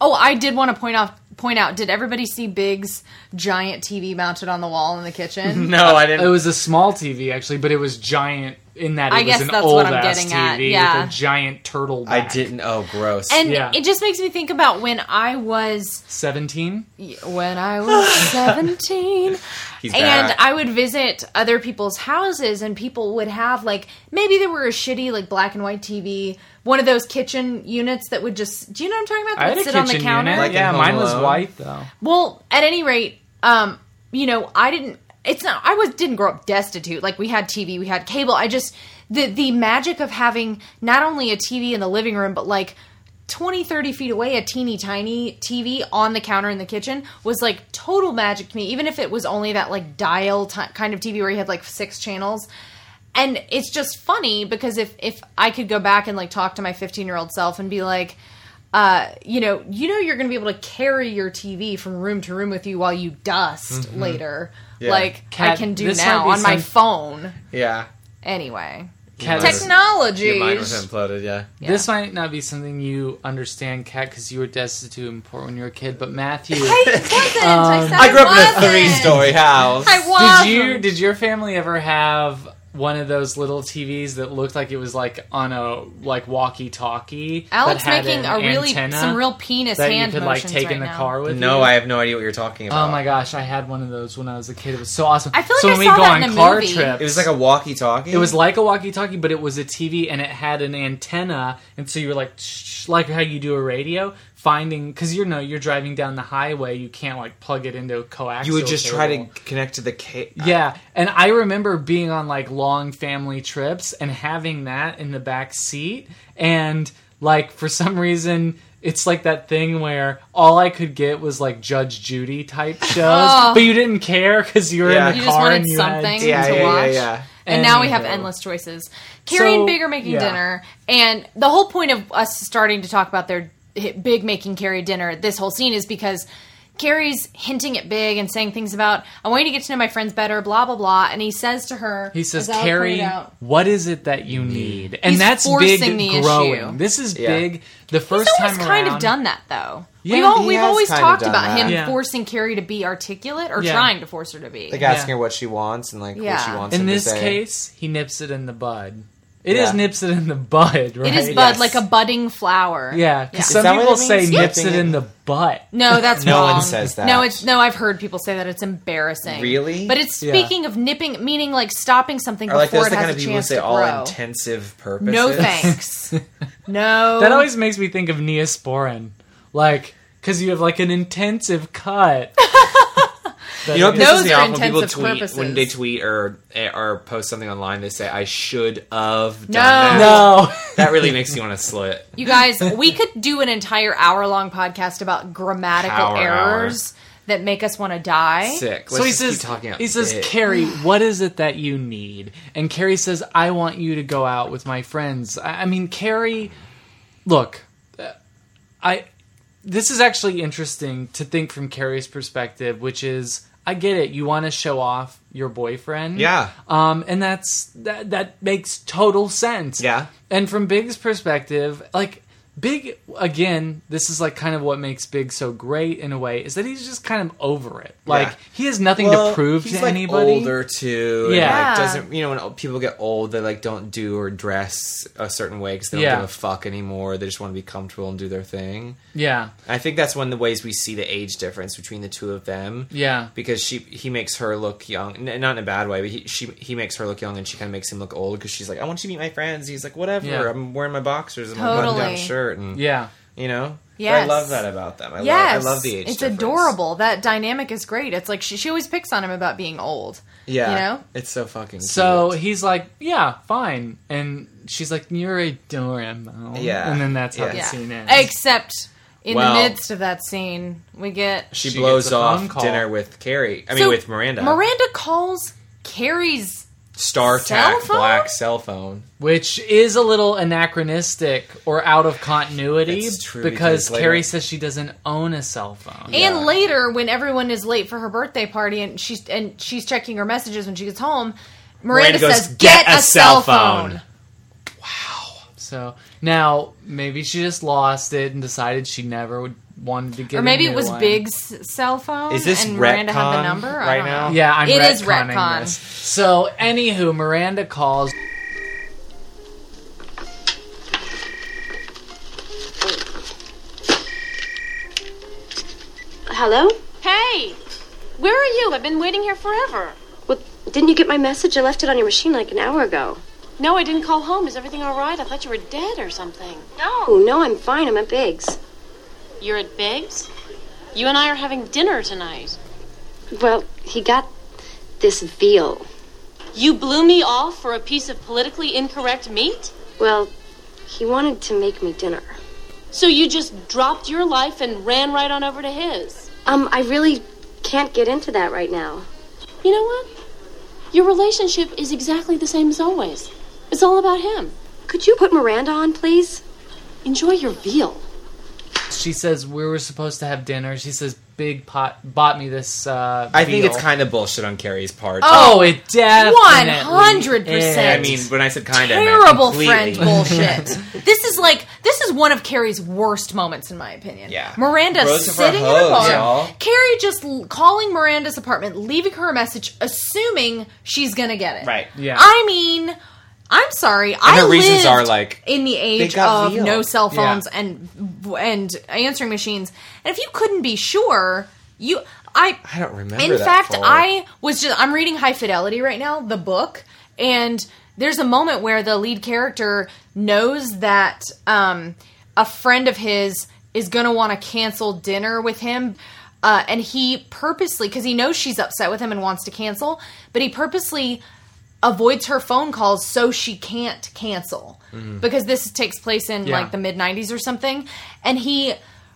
Speaker 3: Oh, I did want to point off point out. Did everybody see Big's giant TV mounted on the wall in the
Speaker 1: [laughs]
Speaker 3: kitchen?
Speaker 1: I didn't. It was a small TV actually, but it was giant in that it
Speaker 3: I
Speaker 1: was
Speaker 3: guess
Speaker 1: an
Speaker 3: that's
Speaker 1: old
Speaker 3: what I'm
Speaker 1: ass
Speaker 3: getting
Speaker 1: TV
Speaker 3: at, yeah.
Speaker 1: with a giant turtle.
Speaker 2: I didn't. Oh, gross.
Speaker 3: And it just makes me think about when I was
Speaker 1: seventeen.
Speaker 3: when I [sighs] was seventeen.
Speaker 1: He's
Speaker 3: and
Speaker 1: back.
Speaker 3: I would visit other people's houses, and people would have like maybe there were a shitty like black and white TV, one of those kitchen units that would just do you know what I'm talking about? That
Speaker 1: I had
Speaker 3: would
Speaker 1: a
Speaker 3: sit
Speaker 1: kitchen
Speaker 3: on the counter.
Speaker 1: unit. yeah,
Speaker 2: Home
Speaker 1: mine was
Speaker 2: Alone.
Speaker 1: white though.
Speaker 3: Well, at any rate, um, you know, I didn't. It's not. I was didn't grow up destitute. Like we had TV, we had cable. I just the the magic of having not only a TV in the living room, but like. 20 30 feet away a teeny tiny tv on the counter in the kitchen was like total magic to me even if it was only that like dial ti kind of tv where you had like six channels and it's just funny because if if i could go back and like talk to my 15 year old self and be like uh, you know, you know, you're going to be able to carry your TV from room to room with you while you dust
Speaker 2: Mhm.
Speaker 3: later.
Speaker 2: Yeah.
Speaker 3: Like I
Speaker 2: Kat,
Speaker 3: can do
Speaker 2: this
Speaker 3: now
Speaker 2: might be
Speaker 3: on my
Speaker 2: some-
Speaker 3: phone.
Speaker 2: yeah.
Speaker 3: Anyway,
Speaker 1: Kat,
Speaker 3: Uh,
Speaker 1: this-
Speaker 2: Your
Speaker 3: technology.
Speaker 2: mind was imploded. Yeah.
Speaker 1: This might not be something you understand, Kat, because you were destitute and poor when you were a kid. But
Speaker 3: [laughs]
Speaker 1: Matthew,
Speaker 3: I
Speaker 1: [laughs] Um,
Speaker 3: said I grew up in a wasn't.
Speaker 2: three-story house.
Speaker 3: I
Speaker 1: Did you?
Speaker 3: wasn't.
Speaker 1: Did your family ever have one of those little TVs that looked like it was like on a like walkie-talkie? that
Speaker 3: Alex
Speaker 1: had
Speaker 3: making
Speaker 1: an
Speaker 3: a really-
Speaker 1: antenna
Speaker 3: some real penis
Speaker 1: that
Speaker 3: hand
Speaker 1: you could like
Speaker 3: motions
Speaker 1: take
Speaker 3: right
Speaker 1: in the
Speaker 3: now.
Speaker 1: car with.
Speaker 2: No,
Speaker 1: you?
Speaker 2: I have no idea what you're talking about.
Speaker 1: Oh my gosh, I had one of those when I was a kid. It was so awesome.
Speaker 3: I feel like
Speaker 1: so
Speaker 3: I
Speaker 1: when we
Speaker 3: saw
Speaker 1: go
Speaker 3: that
Speaker 1: on
Speaker 3: in a
Speaker 1: car
Speaker 3: movie.
Speaker 1: trips,
Speaker 2: It was like a walkie-talkie.
Speaker 1: It was like a walkie-talkie, but it was a TV, and it had an antenna, and so you were like, shh, like how you do a radio, finding because you know you're driving down the highway, you can't like plug it into a coaxial.
Speaker 2: you would just
Speaker 1: cable.
Speaker 2: try to connect to the cable.
Speaker 1: Yeah, and I remember being on like long family trips and having that in the back seat, and like for some reason. It's like that thing where all I could get was like Judge Judy
Speaker 2: [laughs]
Speaker 1: type shows,
Speaker 3: Oh.
Speaker 1: but you didn't care because you were
Speaker 2: Yeah.
Speaker 1: in the
Speaker 2: You
Speaker 1: car
Speaker 2: just wanted
Speaker 1: and you had-
Speaker 3: something Yeah, to yeah, yeah, watch. yeah. And, now we have endless choices. Carrie and
Speaker 1: So,
Speaker 3: Big are making
Speaker 1: yeah.
Speaker 3: dinner, and the whole point of us starting to talk about their Big making Carrie dinner this whole scene is because Carrie's hinting at Big and saying things about I want you to get to know my friends better, blah blah blah, and he says to her,
Speaker 1: He says,
Speaker 3: as Alec pointed
Speaker 1: Carrie,
Speaker 3: out,
Speaker 1: what is it that you
Speaker 2: Mm-hmm.
Speaker 1: need? And
Speaker 3: He's
Speaker 1: that's big
Speaker 3: forcing the
Speaker 1: growing.
Speaker 3: issue.
Speaker 1: This is
Speaker 3: Yeah.
Speaker 1: big. The first
Speaker 3: he's always
Speaker 1: time
Speaker 3: kind
Speaker 1: around,
Speaker 3: of done that though.
Speaker 1: Yeah,
Speaker 3: we've all,
Speaker 1: he
Speaker 3: we've
Speaker 1: has
Speaker 3: always
Speaker 2: kind of
Speaker 3: talked
Speaker 2: done
Speaker 3: about
Speaker 2: that.
Speaker 3: him
Speaker 2: Yeah.
Speaker 3: forcing Carrie to be articulate or
Speaker 1: Yeah.
Speaker 3: trying to force her to be.
Speaker 2: Like asking her what she wants and like what she
Speaker 3: Yeah.
Speaker 2: wants.
Speaker 1: In
Speaker 2: him to
Speaker 1: this
Speaker 2: say.
Speaker 1: case, he nips it in the bud. It is nips it in the bud, right?
Speaker 3: It is bud, like a budding flower.
Speaker 1: Yeah,
Speaker 2: Is
Speaker 1: 'cause
Speaker 2: that
Speaker 1: some
Speaker 2: what
Speaker 1: people
Speaker 2: it
Speaker 1: say
Speaker 2: means?
Speaker 1: nips
Speaker 2: Nipping
Speaker 1: it
Speaker 2: it-
Speaker 1: in the butt.
Speaker 3: No,
Speaker 2: [laughs]
Speaker 3: that's
Speaker 2: No one
Speaker 3: wrong.
Speaker 2: says that.
Speaker 3: No, it's no. I've heard people say that. It's embarrassing.
Speaker 2: Really?
Speaker 3: But it's
Speaker 2: Yeah.
Speaker 3: speaking of nipping, meaning like stopping something
Speaker 2: Or like
Speaker 3: before
Speaker 2: those
Speaker 3: it
Speaker 2: the
Speaker 3: has
Speaker 2: kind of
Speaker 3: a
Speaker 2: people who
Speaker 3: chance
Speaker 2: say
Speaker 3: to
Speaker 2: all
Speaker 3: grow.
Speaker 2: intensive purposes.
Speaker 3: No thanks. no.
Speaker 1: That always makes me think of Neosporin, like because you have like an
Speaker 3: [laughs]
Speaker 1: intensive cut.
Speaker 2: [laughs] You know what
Speaker 1: That-
Speaker 2: pisses me
Speaker 3: are
Speaker 2: off when people
Speaker 3: intensive
Speaker 2: tweet
Speaker 3: purposes.
Speaker 2: when they tweet or or post something online, they say I should have done
Speaker 3: No.
Speaker 1: [laughs]
Speaker 2: that.
Speaker 3: No.
Speaker 2: that really makes you want to
Speaker 3: [laughs]
Speaker 2: slit.
Speaker 3: You guys, we could do an entire hour long podcast about grammatical
Speaker 2: Power
Speaker 3: errors that make us want to die.
Speaker 2: Sick.
Speaker 1: so
Speaker 2: Let's
Speaker 1: he
Speaker 2: just
Speaker 1: says,
Speaker 2: keep talking about
Speaker 1: he says,
Speaker 2: dick.
Speaker 1: Carrie, what is it that you need? And Carrie says, I want you to go out with my friends. I, I mean, Carrie, look, uh, I. This is actually interesting to think from Carrie's perspective, which is, I get it. You want to show off your boyfriend,
Speaker 2: Yeah.
Speaker 1: um, and that's that. That makes total sense, yeah. And from Big's perspective, like Big again, this is like kind of what makes Big so great in a way is that he's just kind of over it. Like
Speaker 2: Yeah.
Speaker 1: he has nothing
Speaker 2: Well,
Speaker 1: to prove
Speaker 2: he's
Speaker 1: to
Speaker 2: like
Speaker 1: anybody.
Speaker 2: Older too.
Speaker 1: Yeah.
Speaker 2: Yeah. Like doesn't you know when people get old, they like don't do or dress a certain way because they don't
Speaker 1: Yeah.
Speaker 2: give a fuck anymore. They just want to be comfortable and do their thing.
Speaker 1: Yeah.
Speaker 2: I think that's one of the ways we see the age difference between the two of them.
Speaker 1: Yeah.
Speaker 2: because she he makes her look young, n- not in a bad way, but he she he makes her look young, and she kind of makes him look old because she's like, I want you to meet my friends. He's like, whatever.
Speaker 1: Yeah.
Speaker 2: I'm wearing my boxers and my button
Speaker 3: Totally.
Speaker 2: down shirt, and
Speaker 1: Yeah.
Speaker 2: you know. But I
Speaker 3: Yes.
Speaker 2: love that about them. I
Speaker 3: yes,
Speaker 2: love, I love the age.
Speaker 3: It's
Speaker 2: difference.
Speaker 3: adorable. That dynamic is great. It's like she, she always picks on him about being old.
Speaker 2: Yeah,
Speaker 3: you know.
Speaker 2: it's so fucking.
Speaker 1: So he's like, yeah, fine, and she's like, you're adorable.
Speaker 2: Yeah.
Speaker 1: and then that's how the
Speaker 2: Yeah.
Speaker 1: scene ends.
Speaker 3: Except in
Speaker 2: Well-
Speaker 3: the midst of that scene, we get
Speaker 2: she,
Speaker 1: She
Speaker 2: blows
Speaker 1: gets a phone
Speaker 2: off
Speaker 1: call.
Speaker 2: dinner with Carrie. I mean,
Speaker 3: So,
Speaker 2: with Miranda.
Speaker 3: Miranda calls Carrie's cell
Speaker 2: StarTAC
Speaker 3: phone?
Speaker 2: black cell phone.
Speaker 1: which is a little anachronistic or out of continuity
Speaker 2: It's true,
Speaker 1: because
Speaker 2: because later-
Speaker 1: Carrie says she doesn't own a cell phone.
Speaker 3: And later, when everyone is late for her birthday party and she's and she's checking her messages when she gets home, Miranda, says, "Get, a cell phone."
Speaker 1: So now maybe she just lost it and decided she never would, wanted to get.
Speaker 3: Or
Speaker 1: a
Speaker 3: maybe
Speaker 1: new
Speaker 3: it was
Speaker 1: one.
Speaker 3: Big's cell phone.
Speaker 1: Is this
Speaker 3: and Miranda had
Speaker 1: retcon
Speaker 3: the number I
Speaker 1: right
Speaker 3: don't
Speaker 1: now?
Speaker 3: Know.
Speaker 1: Yeah, I'm
Speaker 3: It
Speaker 1: retconning
Speaker 3: is retcon.
Speaker 1: this. So anywho, Miranda calls.
Speaker 5: Hello?
Speaker 9: Hey, where are you? I've been waiting here forever.
Speaker 5: Well, didn't you get my message? I left it on your machine like an hour ago.
Speaker 9: No, I didn't call home. Is everything all right? I thought you were dead or something.
Speaker 5: Oh, no, I'm fine. I'm at Big's.
Speaker 9: You're at Big's? You and I are having dinner tonight.
Speaker 5: Well, he got this veal.
Speaker 9: You blew me off for a piece of politically incorrect meat?
Speaker 5: Well, he wanted to make me dinner.
Speaker 9: So you just dropped your life and ran right on over to his.
Speaker 5: Um, I really can't get into that right now.
Speaker 9: You know what? Your relationship is exactly the same as always. It's all about him.
Speaker 5: Could you put Miranda on, please?
Speaker 9: Enjoy your veal.
Speaker 1: She says we were supposed to have dinner. She says Big pot bought me this. Uh,
Speaker 2: I think it's
Speaker 1: veal."
Speaker 2: kind of bullshit on Carrie's part.
Speaker 1: Oh, it definitely
Speaker 2: I
Speaker 3: 100%.
Speaker 2: mean, when I said kind of,
Speaker 3: Terrible
Speaker 2: [laughs]
Speaker 3: friend bullshit. this is like this is one of Carrie's worst moments, in my opinion.
Speaker 2: Yeah.
Speaker 3: Miranda
Speaker 2: Roast of our
Speaker 3: sitting in a
Speaker 2: hoes,
Speaker 3: bar,
Speaker 2: y'all.
Speaker 3: Carrie just l- calling Miranda's apartment, leaving her a message, assuming she's gonna get it.
Speaker 2: Right. Yeah.
Speaker 3: I mean, I'm sorry.
Speaker 2: And
Speaker 3: I
Speaker 2: her reasons
Speaker 3: lived
Speaker 2: are like
Speaker 3: in the age
Speaker 2: got
Speaker 3: of
Speaker 2: veal.
Speaker 3: no cell
Speaker 2: Yeah.
Speaker 3: phones and and answering machines, and if you couldn't be sure, you I
Speaker 2: I don't remember.
Speaker 3: in
Speaker 2: that
Speaker 3: fact,
Speaker 2: far.
Speaker 3: I was just I'm reading High Fidelity right now, the book, and there's a moment where the lead character knows that um, a friend of his is going to want to cancel dinner with him. Uh, and he purposely, because he knows she's upset with him and wants to cancel, but he purposely avoids her phone calls so she can't cancel
Speaker 2: Mm-hmm.
Speaker 3: because this takes place in
Speaker 9: Yeah.
Speaker 3: like the mid 90s or something and he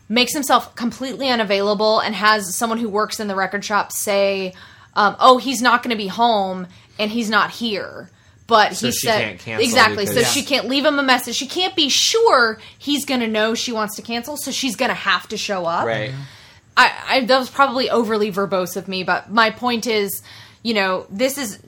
Speaker 3: makes himself completely unavailable and has someone who works in the record shop say um, oh he's not going to be home and he's not here but
Speaker 2: So
Speaker 3: he
Speaker 2: she
Speaker 3: said
Speaker 2: can't cancel
Speaker 3: exactly so
Speaker 2: because-
Speaker 3: she can't leave him a message she can't be sure he's going to know she wants to cancel so she's going to have to show up
Speaker 2: right.
Speaker 3: I, I that was probably overly verbose of me, but my point is, you know, this is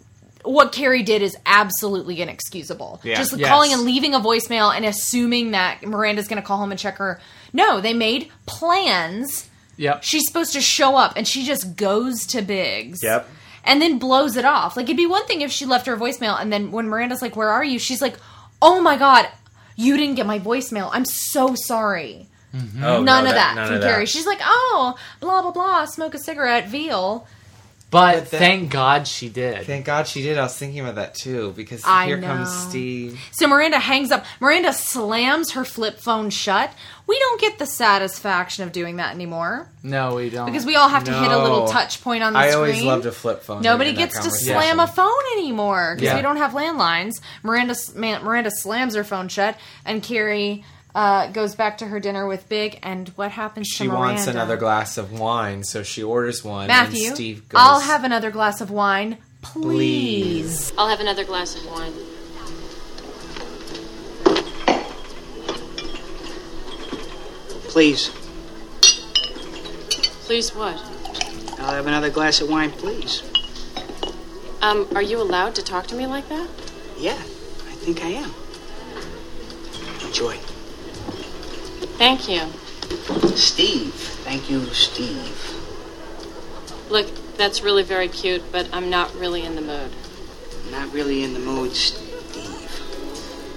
Speaker 3: what Carrie did is absolutely inexcusable.
Speaker 9: Yeah.
Speaker 3: Just
Speaker 9: Yes.
Speaker 3: calling and leaving a voicemail and assuming that Miranda's going to call home and check her. No, they made plans.
Speaker 1: Yep.
Speaker 3: She's supposed to show up, and she just goes to Biggs.
Speaker 1: Yep.
Speaker 3: And then blows it off. Like it'd be one thing if she left her a voicemail, and then when Miranda's like, "Where are you?" She's like, oh my god, you didn't get my voicemail. I'm so sorry.
Speaker 1: Oh, no,
Speaker 3: none of
Speaker 1: that-
Speaker 3: that,
Speaker 1: none
Speaker 3: from
Speaker 1: of that.
Speaker 3: Carrie. She's like, oh, blah blah blah, smoke a cigarette, veal.
Speaker 1: But, thank God she did.
Speaker 2: Thank God she did. I was thinking about that too because
Speaker 3: I
Speaker 2: here comes
Speaker 3: know.
Speaker 2: Steve.
Speaker 3: So Miranda hangs up. Miranda slams her flip phone shut. We don't get the satisfaction of doing that anymore
Speaker 1: No, we don't.
Speaker 3: because we all have to hit a little
Speaker 2: No.
Speaker 3: touch point on the
Speaker 2: I
Speaker 3: screen.
Speaker 2: always loved a flip phone.
Speaker 3: Nobody
Speaker 2: during that
Speaker 3: gets to
Speaker 2: conversation.
Speaker 3: slam a phone anymore because
Speaker 2: Yeah.
Speaker 3: we don't have landlines. Miranda s- man, Miranda slams her phone shut, and Carrie uh, goes back to her dinner with Big. And what happens
Speaker 2: She
Speaker 3: to Miranda?
Speaker 2: wants another glass of wine, so she orders one.
Speaker 3: Matthew,
Speaker 2: and Steve goes,
Speaker 3: I'll have another glass of wine,
Speaker 2: Please.
Speaker 3: please.
Speaker 9: I'll have another glass of wine.
Speaker 14: Please,
Speaker 9: Please, what?
Speaker 14: I'll have another glass of wine, please.
Speaker 9: Um, are you allowed to talk to me like that?
Speaker 14: Yeah, I think I am. Enjoy.
Speaker 9: Thank you.
Speaker 14: Steve. Thank you, Steve.
Speaker 9: Look, that's really very cute, but I'm not really in the mood.
Speaker 14: Not really in the mood. St-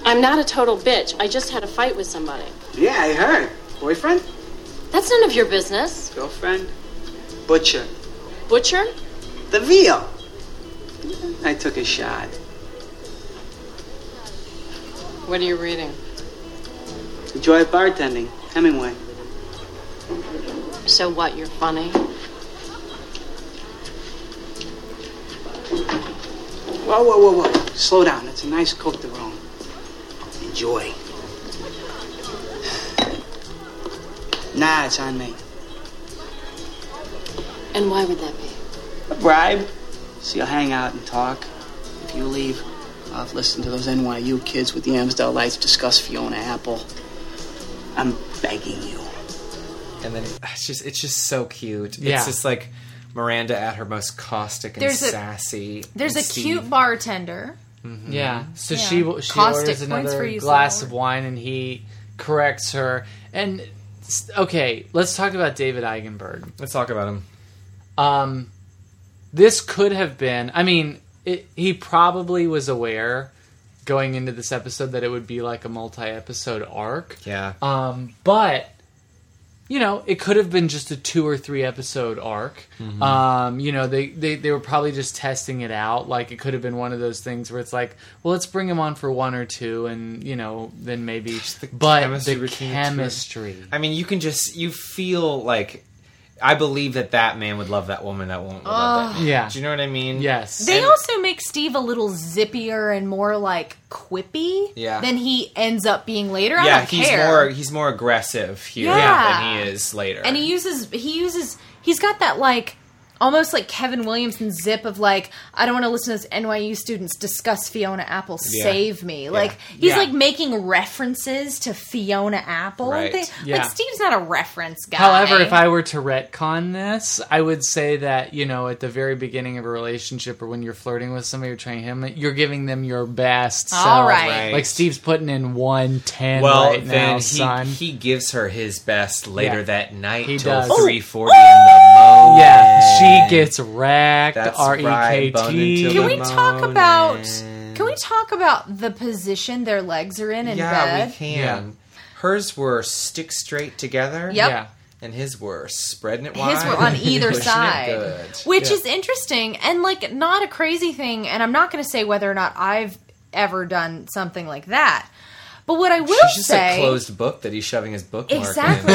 Speaker 9: I'm not a total bitch. I just had a fight with somebody.
Speaker 14: Yeah, I heard. Boyfriend?
Speaker 9: That's none of your business.
Speaker 14: Girlfriend? Butcher.
Speaker 9: Butcher?
Speaker 14: The veal. I took a shot.
Speaker 9: What are you reading?
Speaker 14: Enjoy bartending. Hemingway.
Speaker 9: So what? You're funny.
Speaker 14: Whoa, whoa, whoa, whoa. Slow down. It's a nice Coke de Rome. Enjoy. Nah, it's on me.
Speaker 9: And why would that be?
Speaker 14: A bribe. So you'll hang out and talk. If you leave, I'll have listened to those NYU kids with the Amstel lights discuss Fiona Apple. I'm begging you.
Speaker 2: and then it's just it's just so cute.
Speaker 14: Yeah.
Speaker 2: It's just like Miranda at her most caustic and
Speaker 3: There's a-
Speaker 2: sassy.
Speaker 3: There's a
Speaker 2: and
Speaker 3: cute bartender.
Speaker 2: Mhm.
Speaker 1: Yeah. So
Speaker 3: Yeah.
Speaker 1: she she she
Speaker 3: Caustic
Speaker 1: orders
Speaker 3: points for
Speaker 1: another
Speaker 3: you,
Speaker 1: glass of wine, and he corrects her. And s- okay, let's talk about David Eigenberg.
Speaker 2: Let's talk about him.
Speaker 1: Um, this could have been. I mean, it, he probably was aware going into this episode that it would be like a multi-episode arc.
Speaker 2: Yeah.
Speaker 1: Um, but you know, it could have been just a two or three episode arc.
Speaker 2: Mhm.
Speaker 1: Um, you know, they, they they were probably just testing it out. Like it could have been one of those things where it's like, well, let's bring him on for one or two, and you know, then maybe. but the chemistry.
Speaker 2: I mean, you can just you feel like I believe that that man would love that woman. That woman would love that.
Speaker 1: Ugh.
Speaker 2: Man.
Speaker 1: Yeah.
Speaker 2: Do you know what I mean?
Speaker 1: Yes.
Speaker 3: They also make Steve a little zippier and more like quippy
Speaker 2: Yeah.
Speaker 3: than he ends up being later. I
Speaker 2: yeah,
Speaker 3: don't
Speaker 2: he's
Speaker 3: care.
Speaker 2: more he's more aggressive here
Speaker 3: Yeah.
Speaker 2: than he is later.
Speaker 3: And he uses he uses he's got that like almost like Kevin Williamson zip of like I don't want to listen to this NYU students discuss Fiona Apple
Speaker 9: Yeah.
Speaker 3: save me.
Speaker 9: Yeah.
Speaker 3: Like he's
Speaker 1: Yeah.
Speaker 3: like making references to Fiona Apple
Speaker 1: Right.
Speaker 3: and things.
Speaker 1: Yeah.
Speaker 3: Like Steve's not a reference guy.
Speaker 1: However, if I were to retcon this, I would say that you know at the very beginning of a relationship or when you're flirting with somebody, you're trying him, you're giving them your best.
Speaker 3: All
Speaker 1: self.
Speaker 3: right.
Speaker 1: like Steve's putting in one ten
Speaker 2: well,
Speaker 1: right
Speaker 2: then
Speaker 1: now,
Speaker 2: he,
Speaker 1: son.
Speaker 2: he gives her his best later
Speaker 1: Yeah.
Speaker 2: that night
Speaker 1: He
Speaker 2: till
Speaker 1: does. Oh.
Speaker 2: three forty in the moment.
Speaker 1: Yeah, she gets wrecked.
Speaker 2: That's
Speaker 1: R e k
Speaker 2: right, bone
Speaker 1: t.
Speaker 2: until
Speaker 3: can we talk about can we talk about the position their legs are in in
Speaker 2: yeah,
Speaker 3: bed?
Speaker 2: we can. Hers were stick straight together.
Speaker 3: Yep. Yeah.
Speaker 2: And his were spreading it wide.
Speaker 3: His
Speaker 2: [laughs]
Speaker 3: were on either
Speaker 2: pushing it
Speaker 3: side,
Speaker 2: good.
Speaker 3: which is interesting and like not a crazy thing. And I'm not going to say whether or not I've ever done something like that. But what I will
Speaker 2: She's just
Speaker 3: say,
Speaker 2: a closed book that he's shoving his bookmark
Speaker 3: exactly.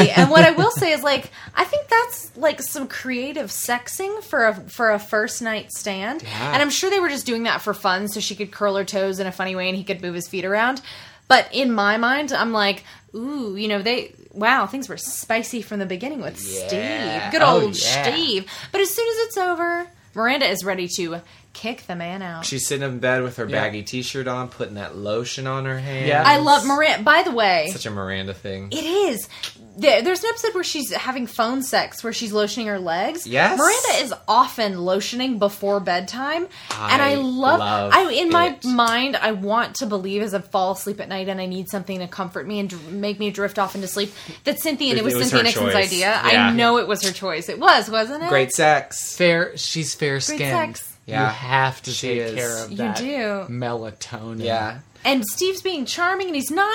Speaker 2: [laughs] in.
Speaker 3: and what I will say is like I think that's like some creative sexing for a for a first night stand.
Speaker 2: Yeah.
Speaker 3: And I'm sure they were just doing that for fun, so she could curl her toes in a funny way and he could move his feet around. But in my mind, I'm like, ooh, you know, they wow, things were spicy from the beginning with
Speaker 9: Yeah.
Speaker 3: Steve. Good
Speaker 2: Oh,
Speaker 3: old
Speaker 2: yeah.
Speaker 3: Steve. But as soon as it's over, Miranda is ready to kick the man out.
Speaker 2: She's sitting in bed with her baggy T-shirt on, putting that lotion on her hand.
Speaker 3: I love Miranda. By the way,
Speaker 2: Such a Miranda thing.
Speaker 3: It is. There- There's an episode where she's having phone sex where she's lotioning her legs.
Speaker 2: Yes.
Speaker 3: Miranda is often lotioning before bedtime. and
Speaker 2: I
Speaker 3: I love,
Speaker 2: love
Speaker 3: I in my
Speaker 2: it.
Speaker 3: mind I want to believe as I fall asleep at night and I need something to comfort me and dr- make me drift off into sleep that Cynthia and
Speaker 2: It-
Speaker 3: it was,
Speaker 2: it was
Speaker 3: Cynthia
Speaker 2: her
Speaker 3: Nixon's
Speaker 2: choice.
Speaker 3: idea.
Speaker 2: Yeah.
Speaker 3: I know it was her choice. It was, wasn't it?
Speaker 2: Great sex.
Speaker 1: Fair. She's fair skinned.
Speaker 3: sex.
Speaker 1: You
Speaker 2: Yeah.
Speaker 1: have to
Speaker 2: She
Speaker 1: take
Speaker 2: is.
Speaker 1: care of
Speaker 3: You
Speaker 1: that
Speaker 3: do.
Speaker 1: melatonin.
Speaker 2: Yeah.
Speaker 3: and Steve's being charming, and he's non.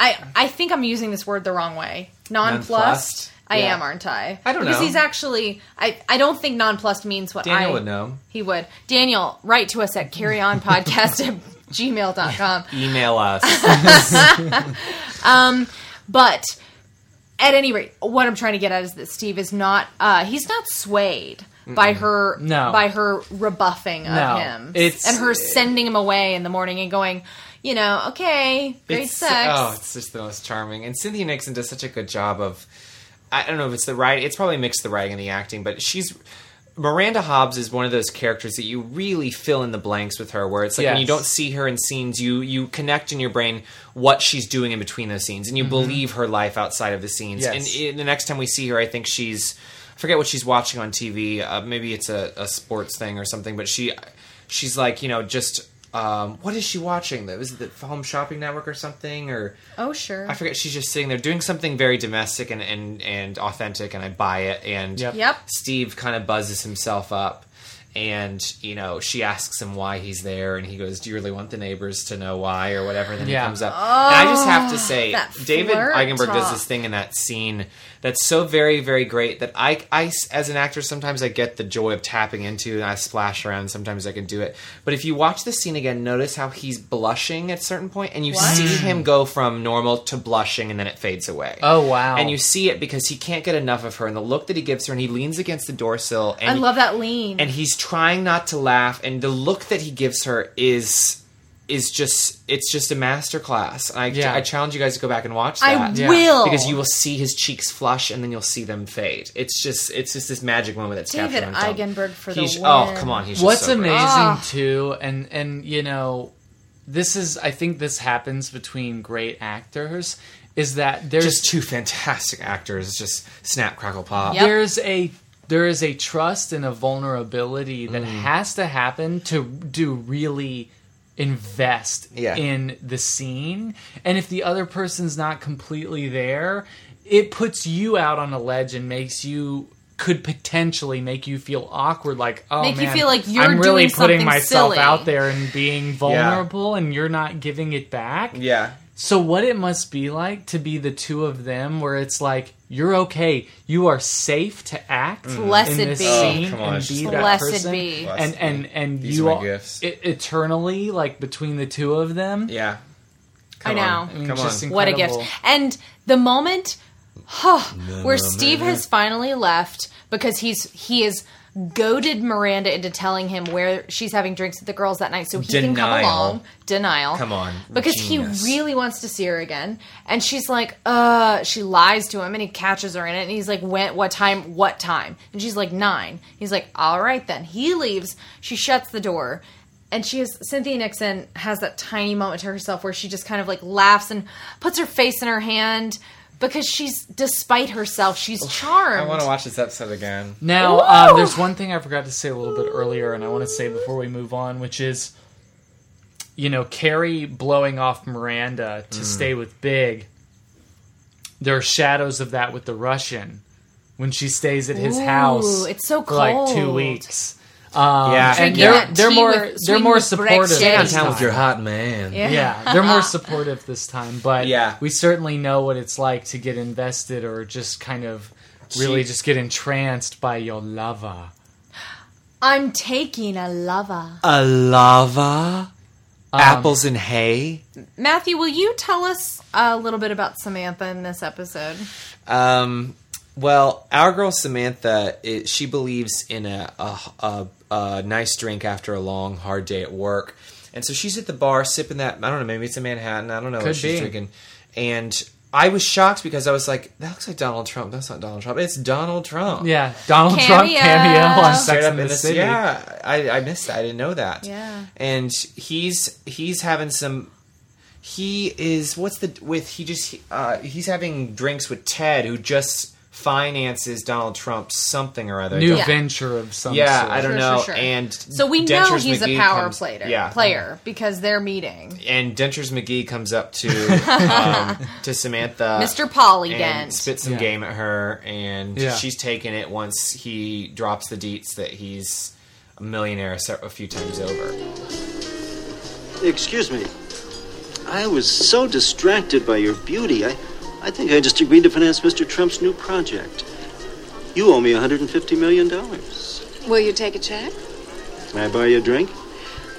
Speaker 3: I I think I'm using this word the wrong way. Nonplussed.
Speaker 2: Nonplussed?
Speaker 3: I
Speaker 2: Yeah.
Speaker 3: am, aren't I?
Speaker 2: I don't
Speaker 3: because
Speaker 2: know.
Speaker 3: he's actually. I I don't think nonplussed means what
Speaker 2: Daniel
Speaker 3: I
Speaker 2: would know.
Speaker 3: He would. Daniel, write to us at carryonpodcast at gmail.com.
Speaker 2: Email us.
Speaker 3: Um, but at any rate, what I'm trying to get at is that Steve is not uh, he's not swayed by
Speaker 1: Mm-mm.
Speaker 3: her
Speaker 1: No.
Speaker 3: by her rebuffing of
Speaker 1: No.
Speaker 3: him
Speaker 1: It's-
Speaker 3: and her sending him away in the morning and going, you know, okay, [laughs] great
Speaker 2: It's-
Speaker 3: sex.
Speaker 2: Oh, it's just the most charming. And Cynthia Nixon does such a good job of. I don't know if it's the writing. It's probably mixed the writing and the acting, but she's. Miranda Hobbs is one of those characters that you really fill in the blanks with her, where it's like when you
Speaker 1: Yes.
Speaker 2: don't see her in scenes, you you connect in your brain what she's doing in between those scenes, and you
Speaker 1: Mhm.
Speaker 2: believe her life outside of the scenes.
Speaker 1: Yes.
Speaker 2: And i- the next time we see her, I think she's I forget what she's watching on TV. Uh, maybe it's a, a sports thing or something, but she she's like you know just um, what is she watching? That was it the Home Shopping Network or something or.
Speaker 3: oh sure.
Speaker 2: I forget. She's just sitting there doing something very domestic and and, and authentic, and I buy it. And
Speaker 3: Yep. Yep.
Speaker 2: Steve kind of buzzes himself up, and you know she asks him why he's there, and he goes, "Do you really want the neighbors to know why or whatever?" And then
Speaker 1: Yeah.
Speaker 2: he comes up, and I just have
Speaker 1: Oh,
Speaker 2: to say,
Speaker 1: that
Speaker 2: David
Speaker 1: flirt
Speaker 2: Eigenberg does
Speaker 1: talk.
Speaker 2: this thing in that scene that's so very very great that I I s- as an actor sometimes I get the joy of tapping into and I splash around. Sometimes I can do it, but if you watch the scene again, notice how he's blushing at a certain point, and you
Speaker 1: What?
Speaker 2: see him go from normal to blushing, and then it fades away.
Speaker 1: Oh, wow.
Speaker 2: And you see it because he can't get enough of her, and the look that he gives her, and he leans against the door sill, and
Speaker 3: I love that lean.
Speaker 2: and he's trying not to laugh and the look that he gives her is is just it's just a masterclass and I,
Speaker 1: Yeah.
Speaker 2: I challenge you guys to go back and watch
Speaker 3: I
Speaker 2: that
Speaker 3: Yeah. will.
Speaker 2: because you will see his cheeks flush and then you'll see them fade it's just it's just this magic moment that's
Speaker 3: David
Speaker 2: captured on film.
Speaker 3: Eigenberg for
Speaker 2: He's-
Speaker 3: the win.
Speaker 2: oh come on he's just
Speaker 1: What's
Speaker 2: so great.
Speaker 1: amazing
Speaker 3: Ah.
Speaker 1: too, and and you know, this is I think this happens between great actors is that there's
Speaker 2: just two fantastic actors just snap crackle pop
Speaker 1: there's a there is a trust and a vulnerability that
Speaker 3: Mm.
Speaker 1: has to happen to do really invest
Speaker 2: Yeah.
Speaker 1: in the scene and if the other person's not completely there it puts you out on a ledge and makes you could potentially make you feel awkward like oh
Speaker 3: Make you
Speaker 1: man,
Speaker 3: feel like you're
Speaker 1: i'm really
Speaker 3: doing
Speaker 1: putting
Speaker 3: something
Speaker 1: myself
Speaker 3: silly.
Speaker 1: out there and being vulnerable and you're not giving it back
Speaker 2: yeah
Speaker 1: so what it must be like to be the two of them, where it's like you're okay, you are safe to act.
Speaker 3: Mhm. Blessed
Speaker 1: in this
Speaker 3: be.
Speaker 1: scene
Speaker 3: Oh, come on,
Speaker 1: and
Speaker 2: it's
Speaker 1: be
Speaker 2: just
Speaker 1: that
Speaker 3: Blessed
Speaker 1: person.
Speaker 3: be. Blessed
Speaker 1: and and and
Speaker 2: These
Speaker 1: you
Speaker 2: are my
Speaker 1: all
Speaker 2: gifts.
Speaker 1: e- eternally like between the two of them.
Speaker 2: Yeah,
Speaker 3: I know.
Speaker 1: I mean, just
Speaker 3: What a gift.
Speaker 1: incredible.
Speaker 3: And the moment huh,
Speaker 1: No,
Speaker 3: where
Speaker 1: no, no,
Speaker 3: Steve
Speaker 1: no.
Speaker 3: has finally left because he's he has goaded Miranda into telling him where she's having drinks with the girls that night so he can come
Speaker 2: Denial.
Speaker 3: along. Denial.
Speaker 2: come on
Speaker 3: Because
Speaker 2: Genius.
Speaker 3: he really wants to see her again. And she's like, uh, she lies to him and he catches her in it. And he's like, when, what time, what time? And she's like, nine. He's like, all right then. He leaves. She shuts the door. And she has, Cynthia Nixon has that tiny moment to herself where she just kind of like laughs and puts her face in her hand because she's, despite herself, she's charmed.
Speaker 2: I want to watch this episode again
Speaker 1: Now, um, there's one thing I forgot to say a little bit earlier, and I want to say before we move on, which is, you know, Carrie blowing off Miranda to
Speaker 2: Mm.
Speaker 1: stay with Big. There are shadows of that with the Russian when she stays at his
Speaker 3: Ooh,
Speaker 1: house.
Speaker 3: it's so
Speaker 1: for like two
Speaker 3: cold.
Speaker 1: weeks. Um,
Speaker 2: Yeah.
Speaker 1: and
Speaker 2: Drinking
Speaker 1: they're
Speaker 2: that
Speaker 1: they're
Speaker 2: tea
Speaker 1: more
Speaker 2: with-
Speaker 1: they're
Speaker 2: sweetened
Speaker 1: more
Speaker 2: with
Speaker 1: supportive.
Speaker 2: Brexit. Stay on
Speaker 1: this
Speaker 2: town with
Speaker 1: time.
Speaker 2: your hot man.
Speaker 1: Yeah.
Speaker 2: Yeah.
Speaker 1: they're more supportive this time, but
Speaker 2: Yeah.
Speaker 1: we certainly know what it's like to get invested or just kind of really
Speaker 2: She-
Speaker 1: just get entranced by your lover.
Speaker 3: I'm taking a lover.
Speaker 2: a lava Um, apples and hay
Speaker 3: Matthew, will you tell us a little bit about Samantha in this episode?
Speaker 2: Um, well, our girl Samantha, it, she believes in a, a, a, a nice drink after a long, hard day at work. And so she's at the bar sipping that, I don't know, maybe it's a Manhattan. I don't know
Speaker 1: Could
Speaker 2: what she's
Speaker 1: be.
Speaker 2: drinking. And I was shocked because I was like, that looks like Donald Trump. That's not Donald Trump. It's Donald Trump.
Speaker 1: Yeah, Donald Trump Cameo. cameo on Sex
Speaker 2: Straight up
Speaker 1: and the
Speaker 2: in this-
Speaker 1: City.
Speaker 2: Yeah, I, I missed that. I didn't know that.
Speaker 1: Yeah.
Speaker 2: And he's he's having some he is what's the with he just uh, he's having drinks with Ted who just finances Donald Trump something or other. I
Speaker 1: New
Speaker 2: don't-
Speaker 1: venture of some
Speaker 2: yeah,
Speaker 1: sort.
Speaker 2: I don't
Speaker 3: Sure,
Speaker 2: know.
Speaker 3: sure, sure.
Speaker 2: And
Speaker 3: So we know
Speaker 2: Dentures
Speaker 3: he's a
Speaker 2: McGee
Speaker 3: power
Speaker 2: comes-
Speaker 3: player,
Speaker 2: yeah.
Speaker 3: player because they're meeting.
Speaker 2: And Dentures McGee comes up
Speaker 3: [laughs]
Speaker 2: to um, to Samantha,
Speaker 3: Mr. Polydent.
Speaker 2: and spits some
Speaker 1: Yeah.
Speaker 2: game at her, and
Speaker 1: Yeah.
Speaker 2: she's taken it once he drops the deets that he's a millionaire a se- a few times over.
Speaker 15: Excuse me. I was so distracted by your beauty. I, I think I just agreed to finance Mr. Trump's new project. You owe me $150 million.
Speaker 16: Will you take a check?
Speaker 15: Can I buy you a drink?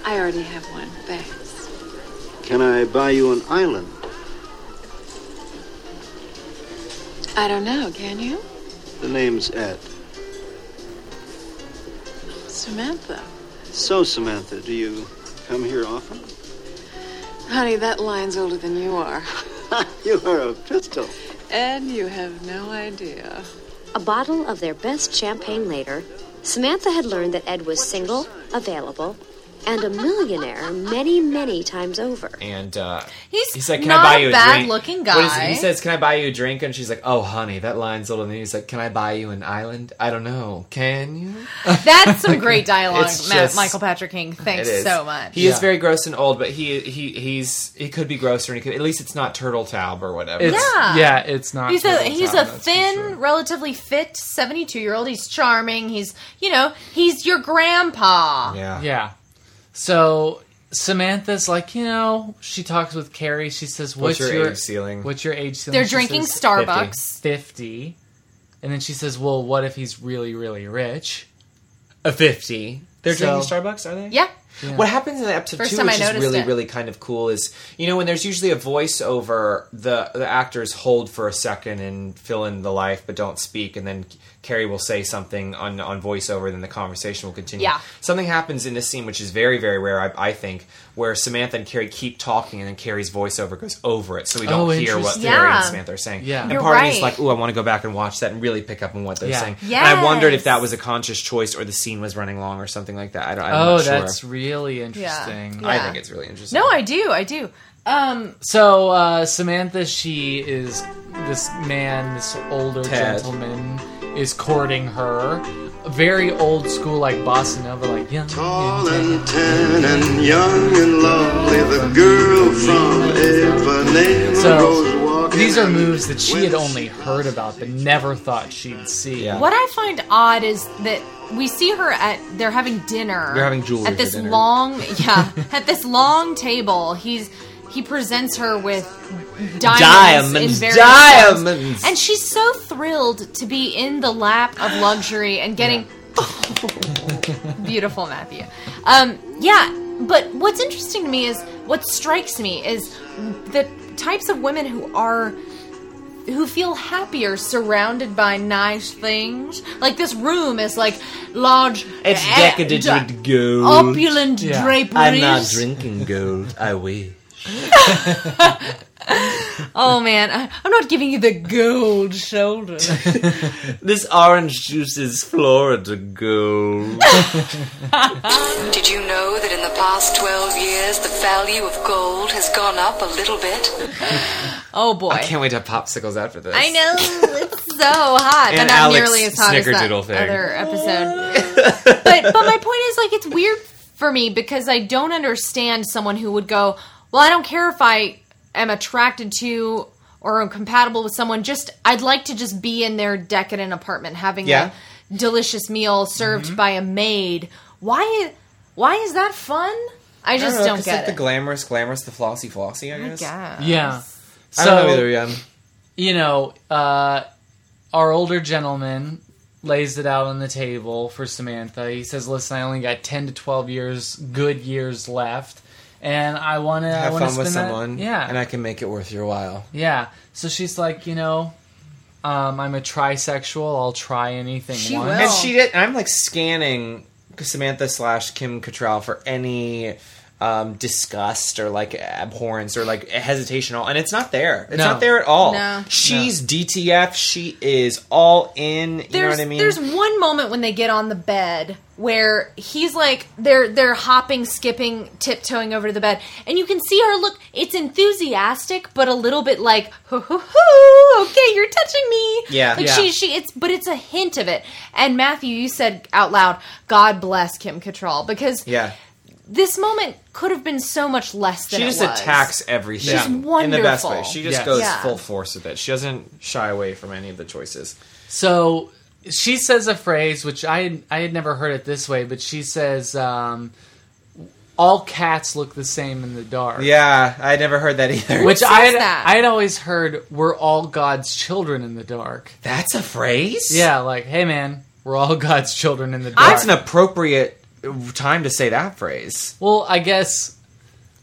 Speaker 16: I already have one. Thanks.
Speaker 15: Can I buy you an island?
Speaker 16: I don't know. Can you?
Speaker 15: The name's Ed.
Speaker 16: Samantha.
Speaker 15: So, Samantha, do you come here often? [laughs]
Speaker 16: Honey, that line's older than you are.
Speaker 15: You are a pistol.
Speaker 16: And you have no idea.
Speaker 5: A bottle of their best champagne later, Samantha had learned that Ed was single, available, and a millionaire many, many times over.
Speaker 2: and uh,
Speaker 3: He's
Speaker 2: he's like, "Can
Speaker 3: not
Speaker 2: I buy you
Speaker 3: a
Speaker 2: a
Speaker 3: bad
Speaker 2: drink?"
Speaker 3: looking
Speaker 2: What is it?
Speaker 3: guy.
Speaker 2: He says, "Can I buy you a drink?" And she's like, "Oh, honey, that line's old." And then he's like, "Can I buy you an island?" I don't know. Can you?
Speaker 3: That's
Speaker 2: [laughs]
Speaker 3: some great dialogue,
Speaker 2: It's
Speaker 3: Ma-
Speaker 2: just-
Speaker 3: Michael Patrick King. Thanks
Speaker 2: It is.
Speaker 3: so much.
Speaker 2: He is very gross and old, but he he he's he could be grosser. And he could, at least it's not turtle taub or whatever.
Speaker 3: It's- Yeah. yeah,
Speaker 1: it's
Speaker 3: He's a he's a thin, relatively fit seventy two year old. He's charming. He's you know he's your grandpa.
Speaker 2: Yeah.
Speaker 1: Yeah. So Samantha's like, you know, she talks with Carrie. She says,
Speaker 2: What's
Speaker 1: "What's,
Speaker 2: your age ceiling?"
Speaker 1: What's your age ceiling?"
Speaker 3: They're
Speaker 1: She
Speaker 3: drinking
Speaker 1: says,
Speaker 3: Starbucks.
Speaker 1: 50. And then she says, "Well, what if he's really, really rich?" A fifty.
Speaker 2: They're drinking Starbucks, are they?
Speaker 3: Yeah.
Speaker 2: What happens in the episode
Speaker 3: First
Speaker 2: two,
Speaker 3: time I
Speaker 2: which is
Speaker 3: noticed
Speaker 2: really,
Speaker 3: it.
Speaker 2: really kind of cool, is you know when there's usually a voiceover, the the actors hold for a second and fill in the life, but don't speak, and then Carrie will say something on on voiceover, and then the conversation will continue.
Speaker 13: Yeah.
Speaker 2: Something happens in this scene, which is very, very rare, I, I think, where Samantha and Carrie keep talking, and then Carrie's voiceover goes over it, so we don't
Speaker 1: Oh,
Speaker 2: hear what
Speaker 1: interesting.
Speaker 2: Carrie
Speaker 1: Yeah.
Speaker 2: and Samantha are saying.
Speaker 1: Yeah.
Speaker 2: And
Speaker 1: You're
Speaker 2: part of me is
Speaker 1: right.
Speaker 2: like, ooh, I want to go back and watch that and really pick up on what they're
Speaker 1: Yeah.
Speaker 2: saying. And I wondered if
Speaker 1: Yes.
Speaker 2: that was a conscious choice or the scene was running long or something like that. I don't. I'm
Speaker 1: Oh,
Speaker 2: not sure.
Speaker 1: that's really interesting.
Speaker 2: I think it's really interesting.
Speaker 3: No, I do, I do. Um,
Speaker 1: So uh, Samantha, she is this man, this older
Speaker 2: Ted.
Speaker 1: gentleman, is courting her. Very old school, like bossa nova, like young tall and
Speaker 6: Tan and young and lovely, the girl from Ipanema goes
Speaker 1: So
Speaker 6: walking.
Speaker 1: these are moves that she had only heard about, but never thought she'd see.
Speaker 3: what I find odd is that we see her at they're having dinner.
Speaker 1: They're having jewelry
Speaker 3: at
Speaker 1: for
Speaker 3: this
Speaker 1: dinner.
Speaker 3: long
Speaker 1: [laughs]
Speaker 3: yeah at this long table. He's he presents her with diamonds, in
Speaker 2: Diamonds,
Speaker 3: various
Speaker 2: diamonds.
Speaker 3: forms. and she's so thrilled to be in the lap of luxury and getting [laughs] beautiful Matthew. Um, yeah, but what's interesting to me is what strikes me is the types of women who are who feel happier surrounded by nice things. Like this room is like large,
Speaker 2: It's
Speaker 3: eh,
Speaker 2: decadent
Speaker 3: da-
Speaker 2: with gold.
Speaker 3: opulent Yeah. draperies.
Speaker 2: I'm not drinking gold. I wish.
Speaker 3: Oh man, I, I'm not giving you the gold
Speaker 2: [laughs]
Speaker 3: shoulder.
Speaker 2: This orange juice is Florida gold.
Speaker 17: Did you know that in the past 12 years the value of gold has gone up a little bit?
Speaker 3: oh boy.
Speaker 2: [laughs] I can't wait to have popsicles after this.
Speaker 3: I know it's so hot, but
Speaker 2: And
Speaker 3: not
Speaker 2: Alex
Speaker 3: nearly as hot as that
Speaker 2: snickerdoodle thing.
Speaker 3: other episode.
Speaker 2: [laughs]
Speaker 3: but but my point is like it's weird for me because I don't understand someone who would go, well, I don't care if I am attracted to or am compatible with someone. Just I'd like to just be in their decadent apartment having
Speaker 2: Yeah. Mm-hmm.
Speaker 3: a delicious meal served by a maid. Why why is that fun? I just
Speaker 2: know,
Speaker 3: don't,
Speaker 2: 'cause,
Speaker 3: get
Speaker 2: like
Speaker 3: it.
Speaker 2: the glamorous, glamorous, the flossy, flossy. I guess.
Speaker 3: guess.
Speaker 1: Yeah.
Speaker 2: I don't know either, yeah.
Speaker 1: You know, uh, our older gentleman lays it out on the table for Samantha. He says, "Listen, I only got ten to twelve years, good years left, and I want to I
Speaker 2: Have
Speaker 1: wanna
Speaker 2: fun with
Speaker 1: spend that-
Speaker 2: someone.
Speaker 1: Yeah,
Speaker 2: And I can make it worth your while.
Speaker 1: yeah. So she's like, you know, um, I'm a trisexual. I'll try anything. once.
Speaker 2: And
Speaker 3: Oh.
Speaker 2: she did. I'm like scanning Samantha slash Kim Cattrall for any um, disgust or like abhorrence or like hesitation. at all, And it's not there. It's
Speaker 1: No.
Speaker 2: not there at all.
Speaker 3: No.
Speaker 2: She's DTF. She is all in. You know
Speaker 3: there's
Speaker 2: what I mean?
Speaker 3: there's one moment when they get on the bed where he's like they're they're hopping, skipping, tiptoeing over to the bed, and you can see her look. It's enthusiastic, but a little bit like hoo hoo hoo. Okay, you're touching me.
Speaker 13: Yeah.
Speaker 3: like
Speaker 13: Yeah.
Speaker 3: she she it's but it's a hint of it. And Matthew, you said out loud, "God bless Kim Cattrall," because
Speaker 2: yeah.
Speaker 3: this moment could have been so much less than
Speaker 2: She
Speaker 3: it
Speaker 2: just
Speaker 3: was.
Speaker 2: attacks everything.
Speaker 3: She's
Speaker 2: In the best way.
Speaker 3: wonderful.
Speaker 2: She just
Speaker 1: Yes.
Speaker 2: goes
Speaker 3: Yeah.
Speaker 2: full force with it. She doesn't shy away from any of the choices.
Speaker 1: So she says a phrase which I had, I had never heard it this way, but she says, um, all cats look the same in the dark.
Speaker 2: Yeah, I never heard that either.
Speaker 1: Which I had, I had always heard, we're all God's children in the dark.
Speaker 2: [laughs] That's a phrase?
Speaker 1: Yeah, like, hey man, we're all [laughs] God's children in the dark.
Speaker 2: That's an appropriate time to say that phrase.
Speaker 1: well, I guess,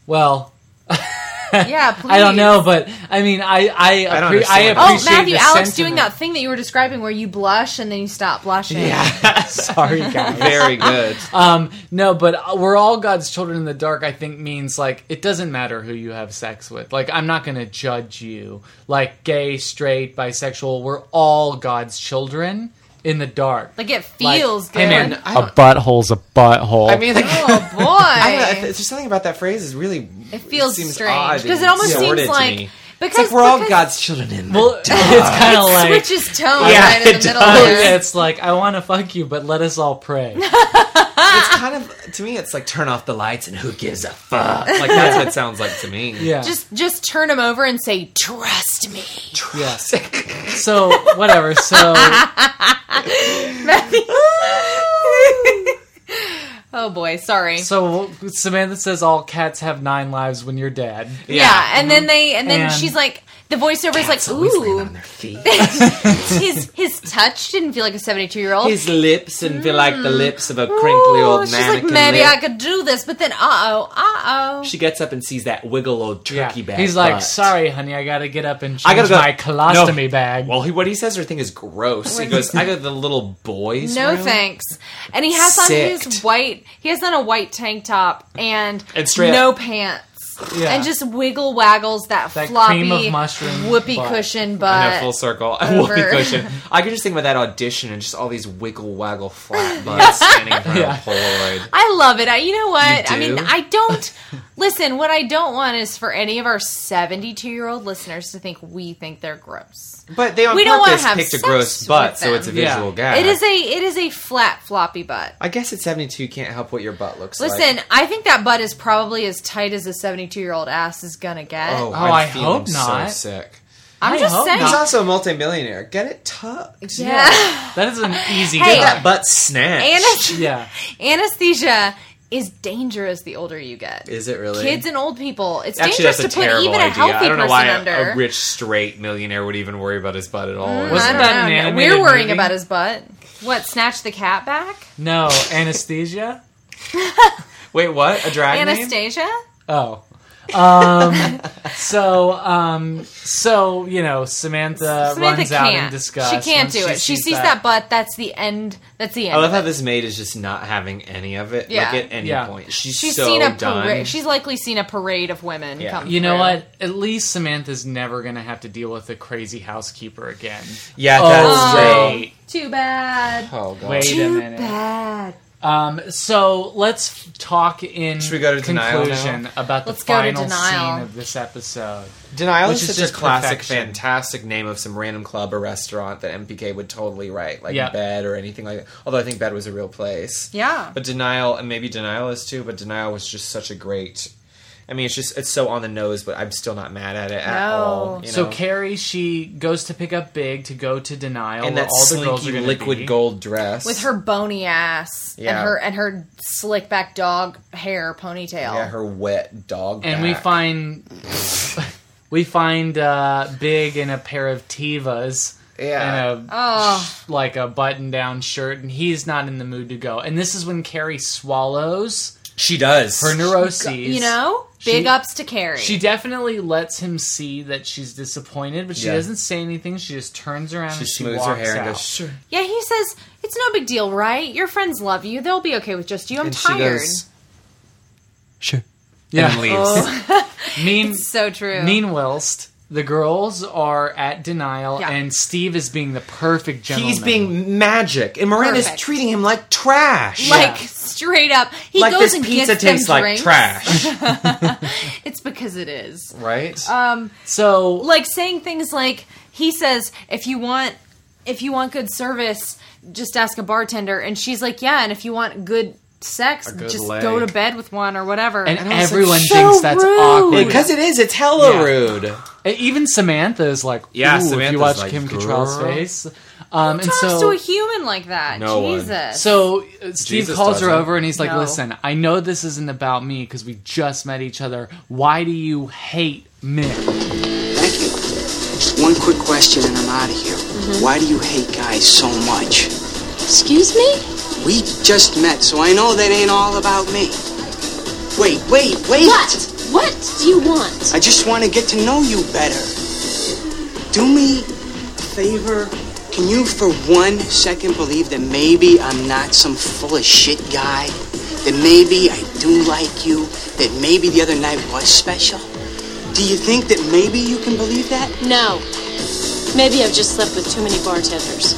Speaker 1: well,
Speaker 2: [laughs]
Speaker 3: yeah, please.
Speaker 1: I don't know, but I mean, I I,
Speaker 2: I don't
Speaker 1: appre- I,
Speaker 2: understand.
Speaker 3: Oh,
Speaker 1: appreciate
Speaker 3: Matthew,
Speaker 1: the
Speaker 3: Alex
Speaker 1: sentiment.
Speaker 3: doing that thing that you were describing where you blush and then you stop blushing.
Speaker 1: [laughs] Yeah, sorry guys.
Speaker 2: Very
Speaker 3: [laughs]
Speaker 2: good.
Speaker 1: Um, no, but we're all God's children in the dark. I think means like it doesn't matter who you have sex with. Like I'm not going to judge you. Like gay, straight, bisexual, we're all God's children in the dark.
Speaker 3: Like it feels
Speaker 1: Hey
Speaker 3: good.
Speaker 1: man, a butthole's a butthole.
Speaker 2: I mean, like,
Speaker 3: oh
Speaker 2: [laughs]
Speaker 3: boy,
Speaker 2: I don't know, if- there's just something about that phrase is really
Speaker 3: it feels
Speaker 2: seems
Speaker 3: strange
Speaker 2: odd
Speaker 3: because it
Speaker 2: and
Speaker 3: almost
Speaker 2: sordid
Speaker 3: seems
Speaker 2: to
Speaker 3: like
Speaker 2: me.
Speaker 3: because
Speaker 2: it's like we're all
Speaker 3: because
Speaker 2: God's children in the
Speaker 1: well, [laughs] it's
Speaker 3: uh,
Speaker 1: kind of like
Speaker 3: it switches tone right in the
Speaker 2: [laughs]
Speaker 1: it
Speaker 3: middle
Speaker 2: Oh,
Speaker 1: does.
Speaker 3: of it.
Speaker 1: It's like I want to fuck you, but let us
Speaker 3: [laughs]
Speaker 1: all pray.
Speaker 2: it's kind of to me it's like turn off the lights and who gives a fuck like that's what it sounds like to me
Speaker 1: [laughs] Yeah.
Speaker 3: Just just turn him over and say, "Trust me."
Speaker 2: [laughs]
Speaker 1: Yes. so whatever. So
Speaker 3: Oh boy, sorry.
Speaker 1: so Samantha says all cats have nine lives when you're dead.
Speaker 3: yeah. and then they and then
Speaker 1: And-
Speaker 3: she's like, the voiceover is like, "Ooh."
Speaker 2: [laughs]
Speaker 3: [laughs] his his touch didn't feel like a seventy two year old.
Speaker 2: his lips and feel like the lips of a crinkly old
Speaker 3: Mm. she's like,
Speaker 2: mannequin
Speaker 3: maybe
Speaker 2: lip.
Speaker 3: I could do this, but then uh oh, uh oh.
Speaker 2: she gets up and sees that wiggle old turkey bag
Speaker 1: He's like,
Speaker 2: butt.
Speaker 1: sorry, honey, I gotta get up and change
Speaker 2: I gotta go
Speaker 1: my colostomy bag.
Speaker 2: well he, what he says or thing is gross he
Speaker 3: What
Speaker 2: goes
Speaker 3: is-
Speaker 2: i go to the little boys
Speaker 3: Oh No
Speaker 2: room.
Speaker 3: thanks. And he has on his
Speaker 2: Sicked.
Speaker 3: white. He has on a white tank top and,
Speaker 2: And straight
Speaker 3: no
Speaker 2: up-
Speaker 3: pants.
Speaker 2: Yeah.
Speaker 3: And just wiggle waggles that,
Speaker 1: That
Speaker 3: floppy
Speaker 1: cream of mushroom
Speaker 3: whoopee
Speaker 2: butt.
Speaker 3: cushion
Speaker 2: I know,
Speaker 3: butt.
Speaker 2: full circle. [laughs]
Speaker 3: over.
Speaker 2: Whoopee cushion. I could just think about that audition and just all these wiggle waggle
Speaker 3: [laughs]
Speaker 2: flat butts standing in front
Speaker 1: Yeah.
Speaker 2: of a Polaroid.
Speaker 3: I love it. I, you know what?
Speaker 2: You
Speaker 3: I mean,
Speaker 2: do? [laughs]
Speaker 3: I don't listen. What I don't want is for any of our seventy-two-year-old listeners to think we think they're gross.
Speaker 2: But they on
Speaker 3: We don't wanna
Speaker 2: purpose
Speaker 3: have
Speaker 2: picked a
Speaker 3: sex
Speaker 2: gross
Speaker 3: with
Speaker 2: butt, so
Speaker 3: them.
Speaker 2: it's a visual gag.
Speaker 3: It is a it is a flat floppy butt.
Speaker 2: I guess at 72, you can't help what your butt looks like.
Speaker 3: Listen, I think that butt is probably as tight as a seventy-two-year-old ass is gonna get.
Speaker 2: Oh,
Speaker 1: Oh,
Speaker 2: I'm
Speaker 1: I
Speaker 2: feeling
Speaker 1: hope
Speaker 2: so
Speaker 1: not.
Speaker 2: sick.
Speaker 3: I'm
Speaker 1: I
Speaker 3: just
Speaker 1: hope
Speaker 3: saying.
Speaker 2: He's also a multimillionaire. Get it tucked.
Speaker 3: Yeah.
Speaker 1: That is an easy
Speaker 3: Hey,
Speaker 2: Get that
Speaker 1: job.
Speaker 2: butt snatched.
Speaker 3: Anna-
Speaker 1: yeah.
Speaker 3: Anesthesia is dangerous the older you get.
Speaker 2: [laughs] Is it really?
Speaker 3: Kids and old people. It's
Speaker 2: Actually,
Speaker 3: dangerous
Speaker 2: that's
Speaker 3: to
Speaker 2: a
Speaker 3: put
Speaker 2: terrible
Speaker 3: even a
Speaker 2: idea.
Speaker 3: healthy
Speaker 2: I don't know
Speaker 3: person
Speaker 2: why a-
Speaker 3: under.
Speaker 2: a, rich straight millionaire would even worry about his butt at all.
Speaker 3: Mm,
Speaker 1: Wasn't
Speaker 3: I don't
Speaker 1: that
Speaker 3: know.
Speaker 1: an
Speaker 3: No,
Speaker 1: animated
Speaker 3: We're worrying
Speaker 1: movie?
Speaker 3: about his butt. What? Snatch the cat back?
Speaker 1: No anesthesia.
Speaker 2: Wait, what? A drag name?
Speaker 3: Anastasia?
Speaker 1: Oh. Um. so um. So you know, Samantha,
Speaker 3: Samantha
Speaker 1: runs out in
Speaker 3: can't.
Speaker 1: disgust.
Speaker 3: she can't
Speaker 1: when
Speaker 3: do it. She sees that. butt. That's the end. That's the
Speaker 2: I
Speaker 3: end.
Speaker 2: love
Speaker 3: of
Speaker 2: how
Speaker 3: it.
Speaker 2: this maid is just not having any of it.
Speaker 3: Yeah.
Speaker 2: Like at any
Speaker 1: Yeah.
Speaker 2: point, she's,
Speaker 3: She's
Speaker 2: so
Speaker 3: seen a
Speaker 2: done.
Speaker 3: parade. She's likely seen a parade of women
Speaker 2: Yeah.
Speaker 3: come.
Speaker 1: You know
Speaker 3: through.
Speaker 1: what? At least Samantha's never gonna have to deal with a crazy housekeeper again.
Speaker 2: Yeah,
Speaker 1: Oh,
Speaker 2: that's
Speaker 1: wait.
Speaker 2: great.
Speaker 3: Too bad.
Speaker 2: Oh god.
Speaker 1: Wait a
Speaker 3: Too
Speaker 1: minute.
Speaker 3: bad.
Speaker 1: Um, so let's f- talk in
Speaker 2: Should we go to denial
Speaker 1: conclusion about the
Speaker 3: Let's go to
Speaker 1: final
Speaker 3: denial.
Speaker 1: scene of this episode.
Speaker 2: Denial
Speaker 1: Which
Speaker 2: is
Speaker 1: is
Speaker 2: such
Speaker 1: just
Speaker 2: a classic,
Speaker 1: perfection.
Speaker 2: fantastic name of some random club or restaurant that MPK would totally write, like
Speaker 1: Yeah.
Speaker 2: Bed or anything like that. Although I think Bed was a real place.
Speaker 3: Yeah.
Speaker 2: But Denial, and maybe Denial is too, but Denial was just such a great. I mean, it's just, it's so on the nose, but I'm still not mad at it at
Speaker 3: No.
Speaker 2: all. You
Speaker 1: So
Speaker 2: know?
Speaker 1: Carrie, she goes to pick up Big to go to denial,
Speaker 2: and
Speaker 1: where
Speaker 2: that
Speaker 1: all the girls are
Speaker 2: slinky
Speaker 1: gonna
Speaker 2: liquid
Speaker 1: be.
Speaker 2: gold dress.
Speaker 3: With her bony ass
Speaker 2: Yeah.
Speaker 3: and her and her slick back dog hair ponytail.
Speaker 2: Yeah, her wet dog.
Speaker 1: and we
Speaker 2: back.
Speaker 1: find [laughs] we find uh, Big in a pair of tivas.
Speaker 2: Yeah.
Speaker 1: And a,
Speaker 3: Oh.
Speaker 1: sh- like a button down shirt, and he's not in the mood to go. And this is when Carrie swallows
Speaker 2: She does.
Speaker 1: her neuroses.
Speaker 3: You know,
Speaker 1: She-
Speaker 3: big ups to Carrie.
Speaker 1: She definitely lets him see that she's disappointed, but she
Speaker 2: Yeah.
Speaker 1: doesn't say anything. She just turns around
Speaker 2: She
Speaker 1: and she
Speaker 2: smooths
Speaker 1: walks
Speaker 2: her hair
Speaker 1: out.
Speaker 2: and goes, sure.
Speaker 3: yeah, he says it's no big deal, right? Your friends love you; they'll be okay with just you. I'm
Speaker 2: and she
Speaker 3: tired. [laughs]
Speaker 2: goes,
Speaker 1: yeah.
Speaker 2: and leaves.
Speaker 1: Mean,
Speaker 3: Oh, so true.
Speaker 1: mean whilst the girls are at denial,
Speaker 3: Yeah.
Speaker 1: and Steve is being the perfect gentleman.
Speaker 2: He's being magic, and Miranda's
Speaker 3: Perfect.
Speaker 2: treating him like trash.
Speaker 3: like straight up, he
Speaker 2: like
Speaker 3: goes
Speaker 2: this
Speaker 3: and
Speaker 2: pizza
Speaker 3: gets them
Speaker 2: tastes like
Speaker 3: drinks.
Speaker 2: trash,
Speaker 3: It's because it is.
Speaker 2: right?
Speaker 3: Um,
Speaker 1: so.
Speaker 3: like saying things like he says if you want if you want good service just ask a bartender and she's like yeah and if you want good sex
Speaker 2: good
Speaker 3: just
Speaker 2: leg.
Speaker 3: go to bed with one or whatever
Speaker 1: And
Speaker 2: I was like,
Speaker 1: everyone
Speaker 2: "So
Speaker 1: thinks that's
Speaker 3: rude."
Speaker 1: awkward.
Speaker 2: Because it is, it's hella
Speaker 1: Yeah.
Speaker 2: rude.
Speaker 1: And even Samantha is like,
Speaker 2: Yeah,
Speaker 1: yeah, if you
Speaker 2: Samantha's
Speaker 1: watch
Speaker 2: like,
Speaker 1: Kim
Speaker 2: "Girl."
Speaker 1: Cattrall's face. Um, and
Speaker 3: Talks
Speaker 1: so,
Speaker 3: to a human like that.
Speaker 1: No one.
Speaker 3: Jesus.
Speaker 1: So uh, Steve
Speaker 2: Jesus
Speaker 1: calls her
Speaker 2: doesn't.
Speaker 1: over and he's like,
Speaker 3: No.
Speaker 1: "Listen, I know this isn't about me because we just met each other. Why do you hate men?"
Speaker 14: Just one quick question and I'm out of here. Why do you hate guys so much?
Speaker 18: Mm-hmm. Excuse me?
Speaker 14: We just met, so I know that ain't all about me. Wait, wait, wait!
Speaker 18: What? What do you want?
Speaker 14: I just want to get to know you better. Do me a favor. Can you, for one second, believe that maybe I'm not some full of shit guy? That maybe I do like you? That maybe the other night was special? Do you think that maybe you can believe that?
Speaker 9: No. Maybe I've just slept with too many bartenders.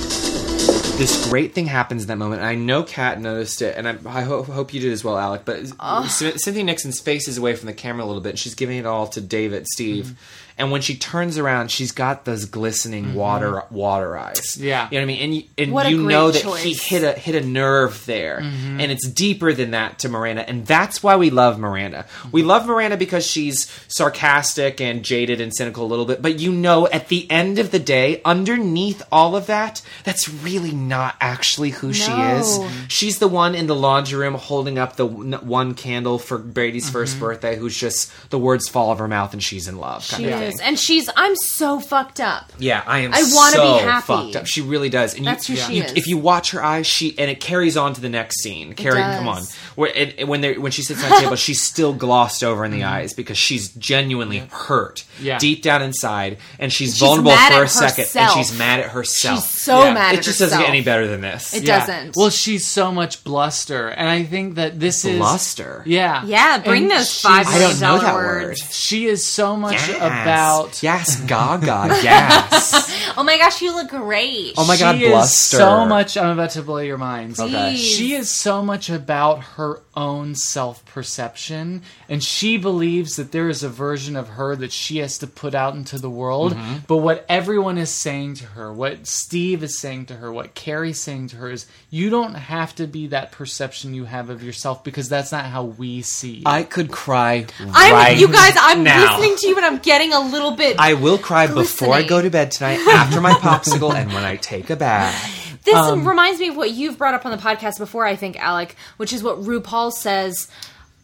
Speaker 2: this great thing happens in that moment. And I know Kat noticed it, and I, I ho- hope you did as well, Alec. But
Speaker 9: Ugh.
Speaker 2: Cy- Cynthia Nixon's face is away from the camera a little bit, and she's giving it all to David, Steve. And when she turns around, she's got those glistening water water eyes.
Speaker 1: Yeah.
Speaker 2: you know what I mean. And you, and
Speaker 1: What a
Speaker 2: you
Speaker 1: great
Speaker 2: know that he
Speaker 1: choice.
Speaker 2: hit a hit a nerve there,
Speaker 1: Mhm.
Speaker 2: and it's deeper than that to Miranda. And that's why we love Miranda. We love Miranda because she's sarcastic and jaded and cynical a little bit. But you know, at the end of the day, underneath all of that, that's really not actually who she is.
Speaker 1: No.
Speaker 2: She's the one in the laundry room holding up the one one candle for Brady's first birthday, who's just the words fall of her mouth and she's in love. Kind
Speaker 3: she
Speaker 2: of thing.
Speaker 3: is. And she's, I'm so fucked up.
Speaker 2: Yeah, I am.
Speaker 3: I wanna
Speaker 2: want to
Speaker 3: be happy.
Speaker 2: Fucked up. She really does. And
Speaker 3: That's who
Speaker 2: you,
Speaker 3: she
Speaker 2: you-
Speaker 3: is.
Speaker 2: If you watch her eyes, she and it carries on to the next scene. Carrie,
Speaker 3: does.
Speaker 2: come on. Where, and, and when they when she sits on the table, she's still glossed over in the eyes because she's genuinely hurt
Speaker 1: Yeah.
Speaker 2: deep down inside, and she's,
Speaker 1: She's
Speaker 2: vulnerable
Speaker 1: mad
Speaker 2: for a
Speaker 1: at
Speaker 2: second, and
Speaker 1: herself.
Speaker 2: she's mad at herself.
Speaker 1: She's so
Speaker 2: Oh, Yeah.
Speaker 1: mad
Speaker 2: It
Speaker 1: at
Speaker 2: just doesn't get
Speaker 1: herself.
Speaker 2: any better than this.
Speaker 1: Yeah. Well, she's so much bluster, and I think that this is
Speaker 2: Bluster?
Speaker 1: Yeah,
Speaker 3: Yeah, bring
Speaker 1: And
Speaker 3: those
Speaker 1: she's-
Speaker 3: five I don't know million that dollar word. words.
Speaker 1: She is so much
Speaker 2: Yes.
Speaker 1: about
Speaker 2: yes, Gaga. Yes.
Speaker 3: Oh my gosh, you look great.
Speaker 2: Oh my God,
Speaker 1: she is
Speaker 2: bluster.
Speaker 1: so much. I'm about to blow your minds.
Speaker 2: Okay. Jeez.
Speaker 1: She is so much about her own self perception, and she believes that there is a version of her that she has to put out into the world.
Speaker 2: Mhm.
Speaker 1: But what everyone is saying to her, what Steve is saying to her, what Carrie's saying to her is, you don't have to be that perception you have of yourself because that's not how we see you.
Speaker 2: I could cry
Speaker 3: I'm,
Speaker 2: right
Speaker 3: you guys, I'm
Speaker 2: now.
Speaker 3: listening to you and I'm getting a little bit.
Speaker 2: I will cry before I go to bed tonight, after my popsicle, and when I take a bath.
Speaker 3: This
Speaker 2: Um,
Speaker 3: reminds me of what you've brought up on the podcast before, I think, Alec, which is what RuPaul says,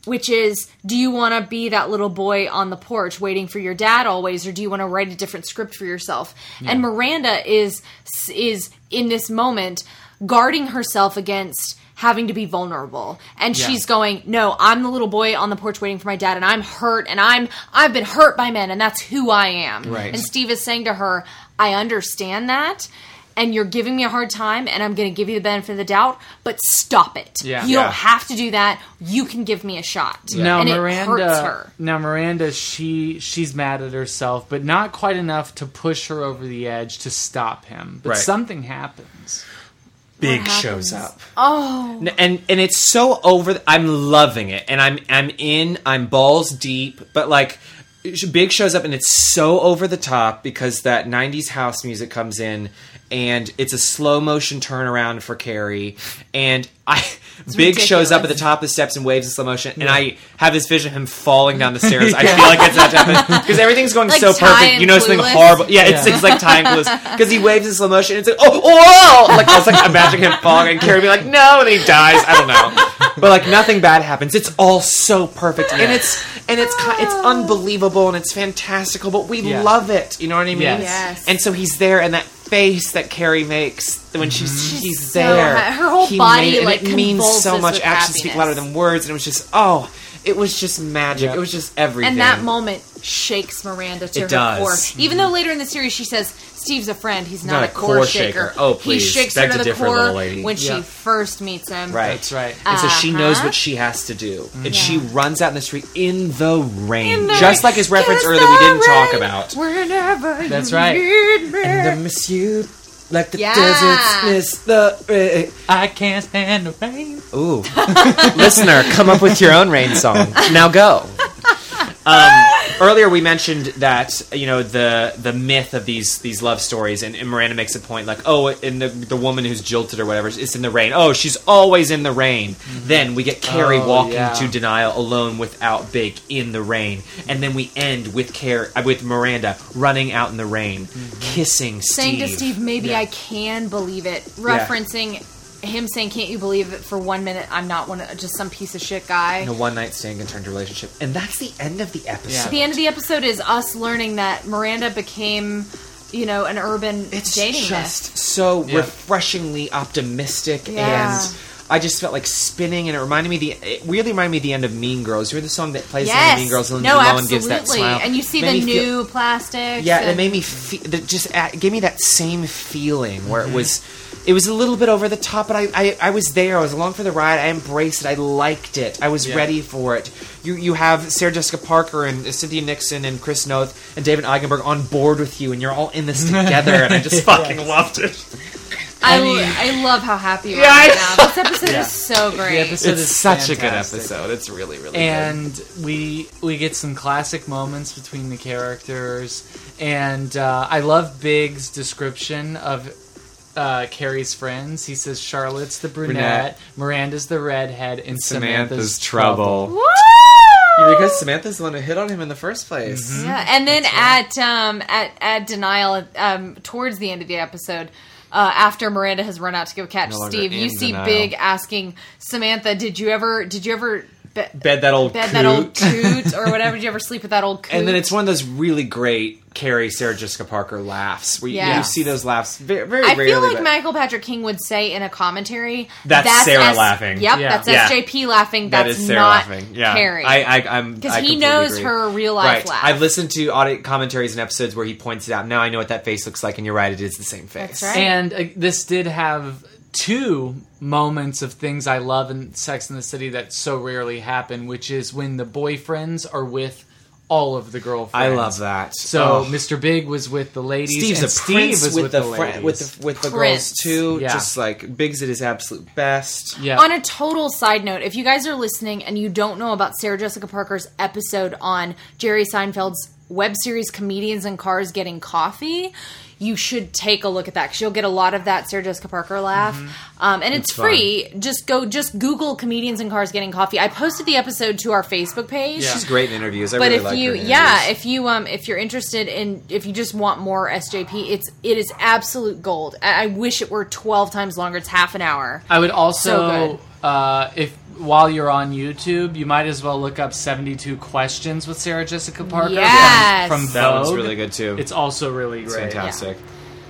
Speaker 3: which is, do you want to be that little boy on the porch waiting for your dad always, or do you want to write a different script for yourself? And
Speaker 9: Yeah.
Speaker 3: Miranda is is in this moment guarding herself against having to be vulnerable and
Speaker 9: Yeah.
Speaker 3: she's going no i'm the little boy on the porch waiting for my dad and i'm hurt and i'm i've been hurt by men and that's who i am
Speaker 9: Right.
Speaker 3: and Steve is saying to her, I understand that, and you're giving me a hard time, and I'm going to give you the benefit of the doubt, but stop it.
Speaker 1: Yeah.
Speaker 3: You
Speaker 1: Yeah.
Speaker 3: don't have to do that. You can give me a shot.
Speaker 1: Now
Speaker 3: and
Speaker 1: Miranda,
Speaker 3: it hurts her.
Speaker 1: now Miranda, she she's mad at herself, but not quite enough to push her over the edge to stop him. But
Speaker 2: Right.
Speaker 1: something happens.
Speaker 2: Big shows up.
Speaker 3: Oh.
Speaker 2: N- And and it's so over. th- I'm loving it, and I'm I'm in. I'm balls deep, but like. sh- Big shows up and it's so over the top because that 90s house music comes in and it's a slow motion turnaround for Carrie. And I, [laughs]
Speaker 1: It's
Speaker 2: Big shows up at
Speaker 1: ridiculous.
Speaker 2: the top of the steps and waves in slow motion. And
Speaker 1: Yeah.
Speaker 2: I have this vision of him falling down the stairs. I
Speaker 1: [laughs] Yeah.
Speaker 2: feel like it's not happening because everything's going
Speaker 1: Like
Speaker 2: so
Speaker 1: Ty
Speaker 2: perfect.
Speaker 1: and
Speaker 2: You know, something
Speaker 1: Clueless?
Speaker 2: horrible. Yeah, it's,
Speaker 1: Yeah.
Speaker 2: it's like
Speaker 1: [laughs]
Speaker 2: time clues because he waves in slow motion. And it's like, oh, oh, oh! like I was like imagining him falling and Carrie be like, no, and he dies. I don't know, but like nothing bad happens. It's all so perfect, and it's and it's ki- it's unbelievable and it's fantastical. But we
Speaker 1: Ah. Yeah.
Speaker 2: love it. You know what I mean?
Speaker 1: Yes. Yes.
Speaker 2: And so he's there, and that face that Carrie makes when
Speaker 1: Mm-hmm.
Speaker 2: she's he's
Speaker 3: so
Speaker 2: there,
Speaker 3: ha- her whole
Speaker 2: he
Speaker 3: body,
Speaker 2: and
Speaker 3: like,
Speaker 2: it means so
Speaker 3: convulses
Speaker 2: much.
Speaker 3: with
Speaker 2: Actions speak louder than words, and it was just oh, it was just magic. It was just everything.
Speaker 3: And that moment shakes Miranda to
Speaker 2: It
Speaker 3: her
Speaker 2: does.
Speaker 3: core.
Speaker 2: Mhm.
Speaker 3: Even though later in the series she says, Steve's a friend, he's not,
Speaker 2: Not
Speaker 3: a core, shaker.
Speaker 2: Oh, please.
Speaker 3: He shakes
Speaker 2: That's
Speaker 3: her
Speaker 2: a
Speaker 3: to the
Speaker 2: different
Speaker 3: core
Speaker 2: little lady.
Speaker 3: when
Speaker 2: Yeah.
Speaker 3: she first meets him.
Speaker 2: Right. Mm-hmm.
Speaker 1: right.
Speaker 2: And so she knows
Speaker 3: Uh-huh.
Speaker 2: what she has to do. And she runs out in the street in the rain. just
Speaker 1: rain.
Speaker 2: like his reference
Speaker 1: Kiss
Speaker 2: earlier we
Speaker 1: the
Speaker 2: didn't talk about.
Speaker 3: Whenever
Speaker 1: That's right.
Speaker 2: And I miss you like the
Speaker 1: Yeah.
Speaker 2: deserts miss the rain.
Speaker 1: I can't stand the rain.
Speaker 2: [laughs] Ooh. Listener, come up with your own rain song. Now go. Um, earlier we mentioned that you know the the myth of these these love stories, and, and Miranda makes a point like, oh, and the the woman who's jilted or whatever, it's in the rain. Oh, she's always in the rain. Then we get Carrie
Speaker 1: Oh,
Speaker 2: walking
Speaker 1: yeah.
Speaker 2: to denial alone without Big in the rain, and then we end with Care uh, with Miranda running out in the rain,
Speaker 1: Mm-hmm.
Speaker 2: kissing
Speaker 3: saying
Speaker 2: Steve.
Speaker 3: to Steve, maybe I can believe it, referencing him saying, "Can't you believe it?" For one minute, I'm not one of, just some piece of shit guy.
Speaker 2: in a one night stand can turn to relationship, and that's the end of the episode.
Speaker 3: The end of the episode is us learning that Miranda became, you know, an urban dating myth.
Speaker 2: just so refreshingly optimistic
Speaker 3: Yeah.
Speaker 2: and I just felt like spinning, and it reminded me the. It really reminded me of the end of Mean Girls. You remember the song that plays in
Speaker 3: Yes.
Speaker 2: Mean Girls? Lindsay
Speaker 3: no,
Speaker 2: Lohan
Speaker 3: absolutely.
Speaker 2: gives that smile.
Speaker 3: And you see
Speaker 2: Made
Speaker 3: the
Speaker 2: me feel-
Speaker 3: new plastics.
Speaker 2: yeah, and
Speaker 3: and
Speaker 2: it made me feel. That just a- gave me that same feeling where it was. It was a little bit over the top, but I, I, I was there. I was along for the ride. I embraced it. I liked it. I was
Speaker 1: Yeah.
Speaker 2: ready for it. You you have Sarah Jessica Parker and Cynthia Nixon and Chris Noth and David Eigenberg on board with you, and you're all in this together. and I just fucking
Speaker 1: Yes.
Speaker 2: loved it.
Speaker 3: I,
Speaker 2: I mean-
Speaker 3: I love how happy we're
Speaker 2: Yeah, I
Speaker 3: right now. This episode
Speaker 1: Yeah.
Speaker 3: is so great.
Speaker 1: The episode
Speaker 2: it's
Speaker 1: is
Speaker 2: such a good
Speaker 1: fantastic.
Speaker 2: episode. It's really really good.
Speaker 1: and we we get some classic moments between the characters and uh, i love big's description of uh, carrie's friends he says charlotte's the brunette,
Speaker 2: Brunette.
Speaker 1: miranda's the redhead and samantha's,
Speaker 2: Samantha's
Speaker 1: trouble,
Speaker 2: trouble. Yeah, because Samantha's the one who hit on him in the first place.
Speaker 3: Yeah, and then at um at at denial um towards the end of the episode. Uh, after Miranda has run out to go catch
Speaker 2: No longer
Speaker 3: Steve, you
Speaker 2: in
Speaker 3: see
Speaker 2: denial.
Speaker 3: Big asking Samantha, "Did you ever? Did you ever be-
Speaker 2: Bed that old
Speaker 3: bed that
Speaker 2: coot.
Speaker 3: old coot or whatever? Did you ever sleep with that old
Speaker 2: [laughs]
Speaker 3: coot?"
Speaker 2: And then it's one of those really great Carrie Sarah Jessica Parker laughs. Where you-
Speaker 3: Yeah.
Speaker 2: you see those laughs very, very
Speaker 3: I
Speaker 2: rarely.
Speaker 3: feel like
Speaker 2: but-
Speaker 3: Michael Patrick King would say in a commentary,
Speaker 2: That's Sarah
Speaker 3: S-
Speaker 2: laughing."
Speaker 3: Yep,
Speaker 2: Yeah.
Speaker 3: that's
Speaker 2: Yeah.
Speaker 3: SJP laughing.
Speaker 2: That
Speaker 3: That's
Speaker 2: is Sarah
Speaker 3: not
Speaker 2: laughing. Yeah,
Speaker 3: Carrie.
Speaker 2: I, I, I'm
Speaker 3: 'Cause
Speaker 2: I
Speaker 3: he
Speaker 2: completely
Speaker 3: knows
Speaker 2: agree.
Speaker 3: her real life
Speaker 2: Right.
Speaker 3: laugh.
Speaker 2: I've listened to audit commentaries and episodes where he points it out. Now I know what that face looks like, and you're right; it is the same face.
Speaker 1: and uh, this did have two moments of things i love in sex in the city that so rarely happen which is when the boyfriends are with all of the girlfriends
Speaker 2: I love that.
Speaker 1: so
Speaker 2: Oh.
Speaker 1: mr big was with the ladies
Speaker 2: Steve's
Speaker 1: and
Speaker 2: a
Speaker 1: Steve
Speaker 2: prince
Speaker 1: was
Speaker 2: with, the,
Speaker 1: the
Speaker 2: fri-
Speaker 1: ladies.
Speaker 2: with the with the
Speaker 3: Prince.
Speaker 2: girls too.
Speaker 1: Yeah.
Speaker 2: Just like Biggs at his absolute best.
Speaker 1: Yeah.
Speaker 3: On a total side note, if you guys are listening and you don't know about Sarah Jessica Parker's episode on Jerry Seinfeld's web series Comedians in Cars Getting Coffee, you should take a look at that because you'll get a lot of that Sarah Jessica Parker laugh.
Speaker 2: Mm-hmm.
Speaker 3: Um, and it's,
Speaker 19: It's fun.
Speaker 3: free. Just go, just Google Comedians in Cars Getting Coffee. I posted the episode to our Facebook page.
Speaker 2: She's great in interviews. I
Speaker 3: but
Speaker 2: really
Speaker 3: if
Speaker 2: like
Speaker 3: you
Speaker 2: her in
Speaker 3: yeah
Speaker 2: interviews.
Speaker 3: if you um if you're interested in if you just want more sjp it's it is absolute gold i, I wish it were 12 times longer it's half an hour
Speaker 1: I would
Speaker 3: So
Speaker 1: also,
Speaker 3: good.
Speaker 1: uh, if while you're on YouTube, you might as well look up 72 questions with Sarah Jessica Parker.
Speaker 3: Yes.
Speaker 1: from, from
Speaker 2: that one's
Speaker 1: Vogue.
Speaker 2: really good too.
Speaker 1: It's also really
Speaker 2: It's
Speaker 1: great.
Speaker 2: fantastic.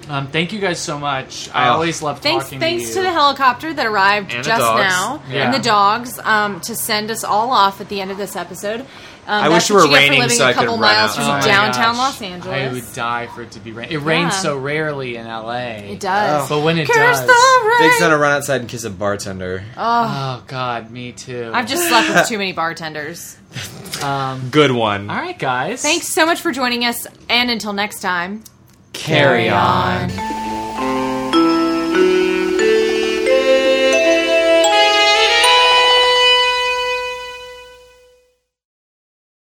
Speaker 1: Um, thank you guys so much. I
Speaker 2: Oh.
Speaker 1: always love
Speaker 3: thanks
Speaker 1: talking
Speaker 3: thanks
Speaker 1: to
Speaker 3: to,
Speaker 1: you.
Speaker 3: the helicopter that arrived
Speaker 1: And the
Speaker 3: just
Speaker 1: dogs.
Speaker 3: now
Speaker 1: Yeah.
Speaker 3: and the dogs um to send us all off at the end of this episode um,
Speaker 2: I wish
Speaker 3: that's
Speaker 2: it
Speaker 3: what
Speaker 2: were
Speaker 3: you get for
Speaker 2: raining
Speaker 3: living
Speaker 2: so
Speaker 3: a
Speaker 2: I could
Speaker 3: couple
Speaker 2: run
Speaker 3: miles
Speaker 2: out.
Speaker 3: from
Speaker 2: Oh my
Speaker 3: downtown
Speaker 1: gosh.
Speaker 3: Los
Speaker 1: I
Speaker 3: Angeles
Speaker 1: would die for it to be rain. It
Speaker 3: Yeah.
Speaker 1: rains so rarely in LA.
Speaker 3: It does.
Speaker 1: But when it
Speaker 3: Curse
Speaker 1: does,
Speaker 3: the rain. Big's
Speaker 2: gonna run outside and kiss a bartender.
Speaker 3: Oh.
Speaker 1: oh God, me too.
Speaker 3: i've just slept with too many bartenders
Speaker 1: Um,
Speaker 2: Good one.
Speaker 1: all right, guys.
Speaker 3: thanks so much for joining us and until next time
Speaker 2: Carry on.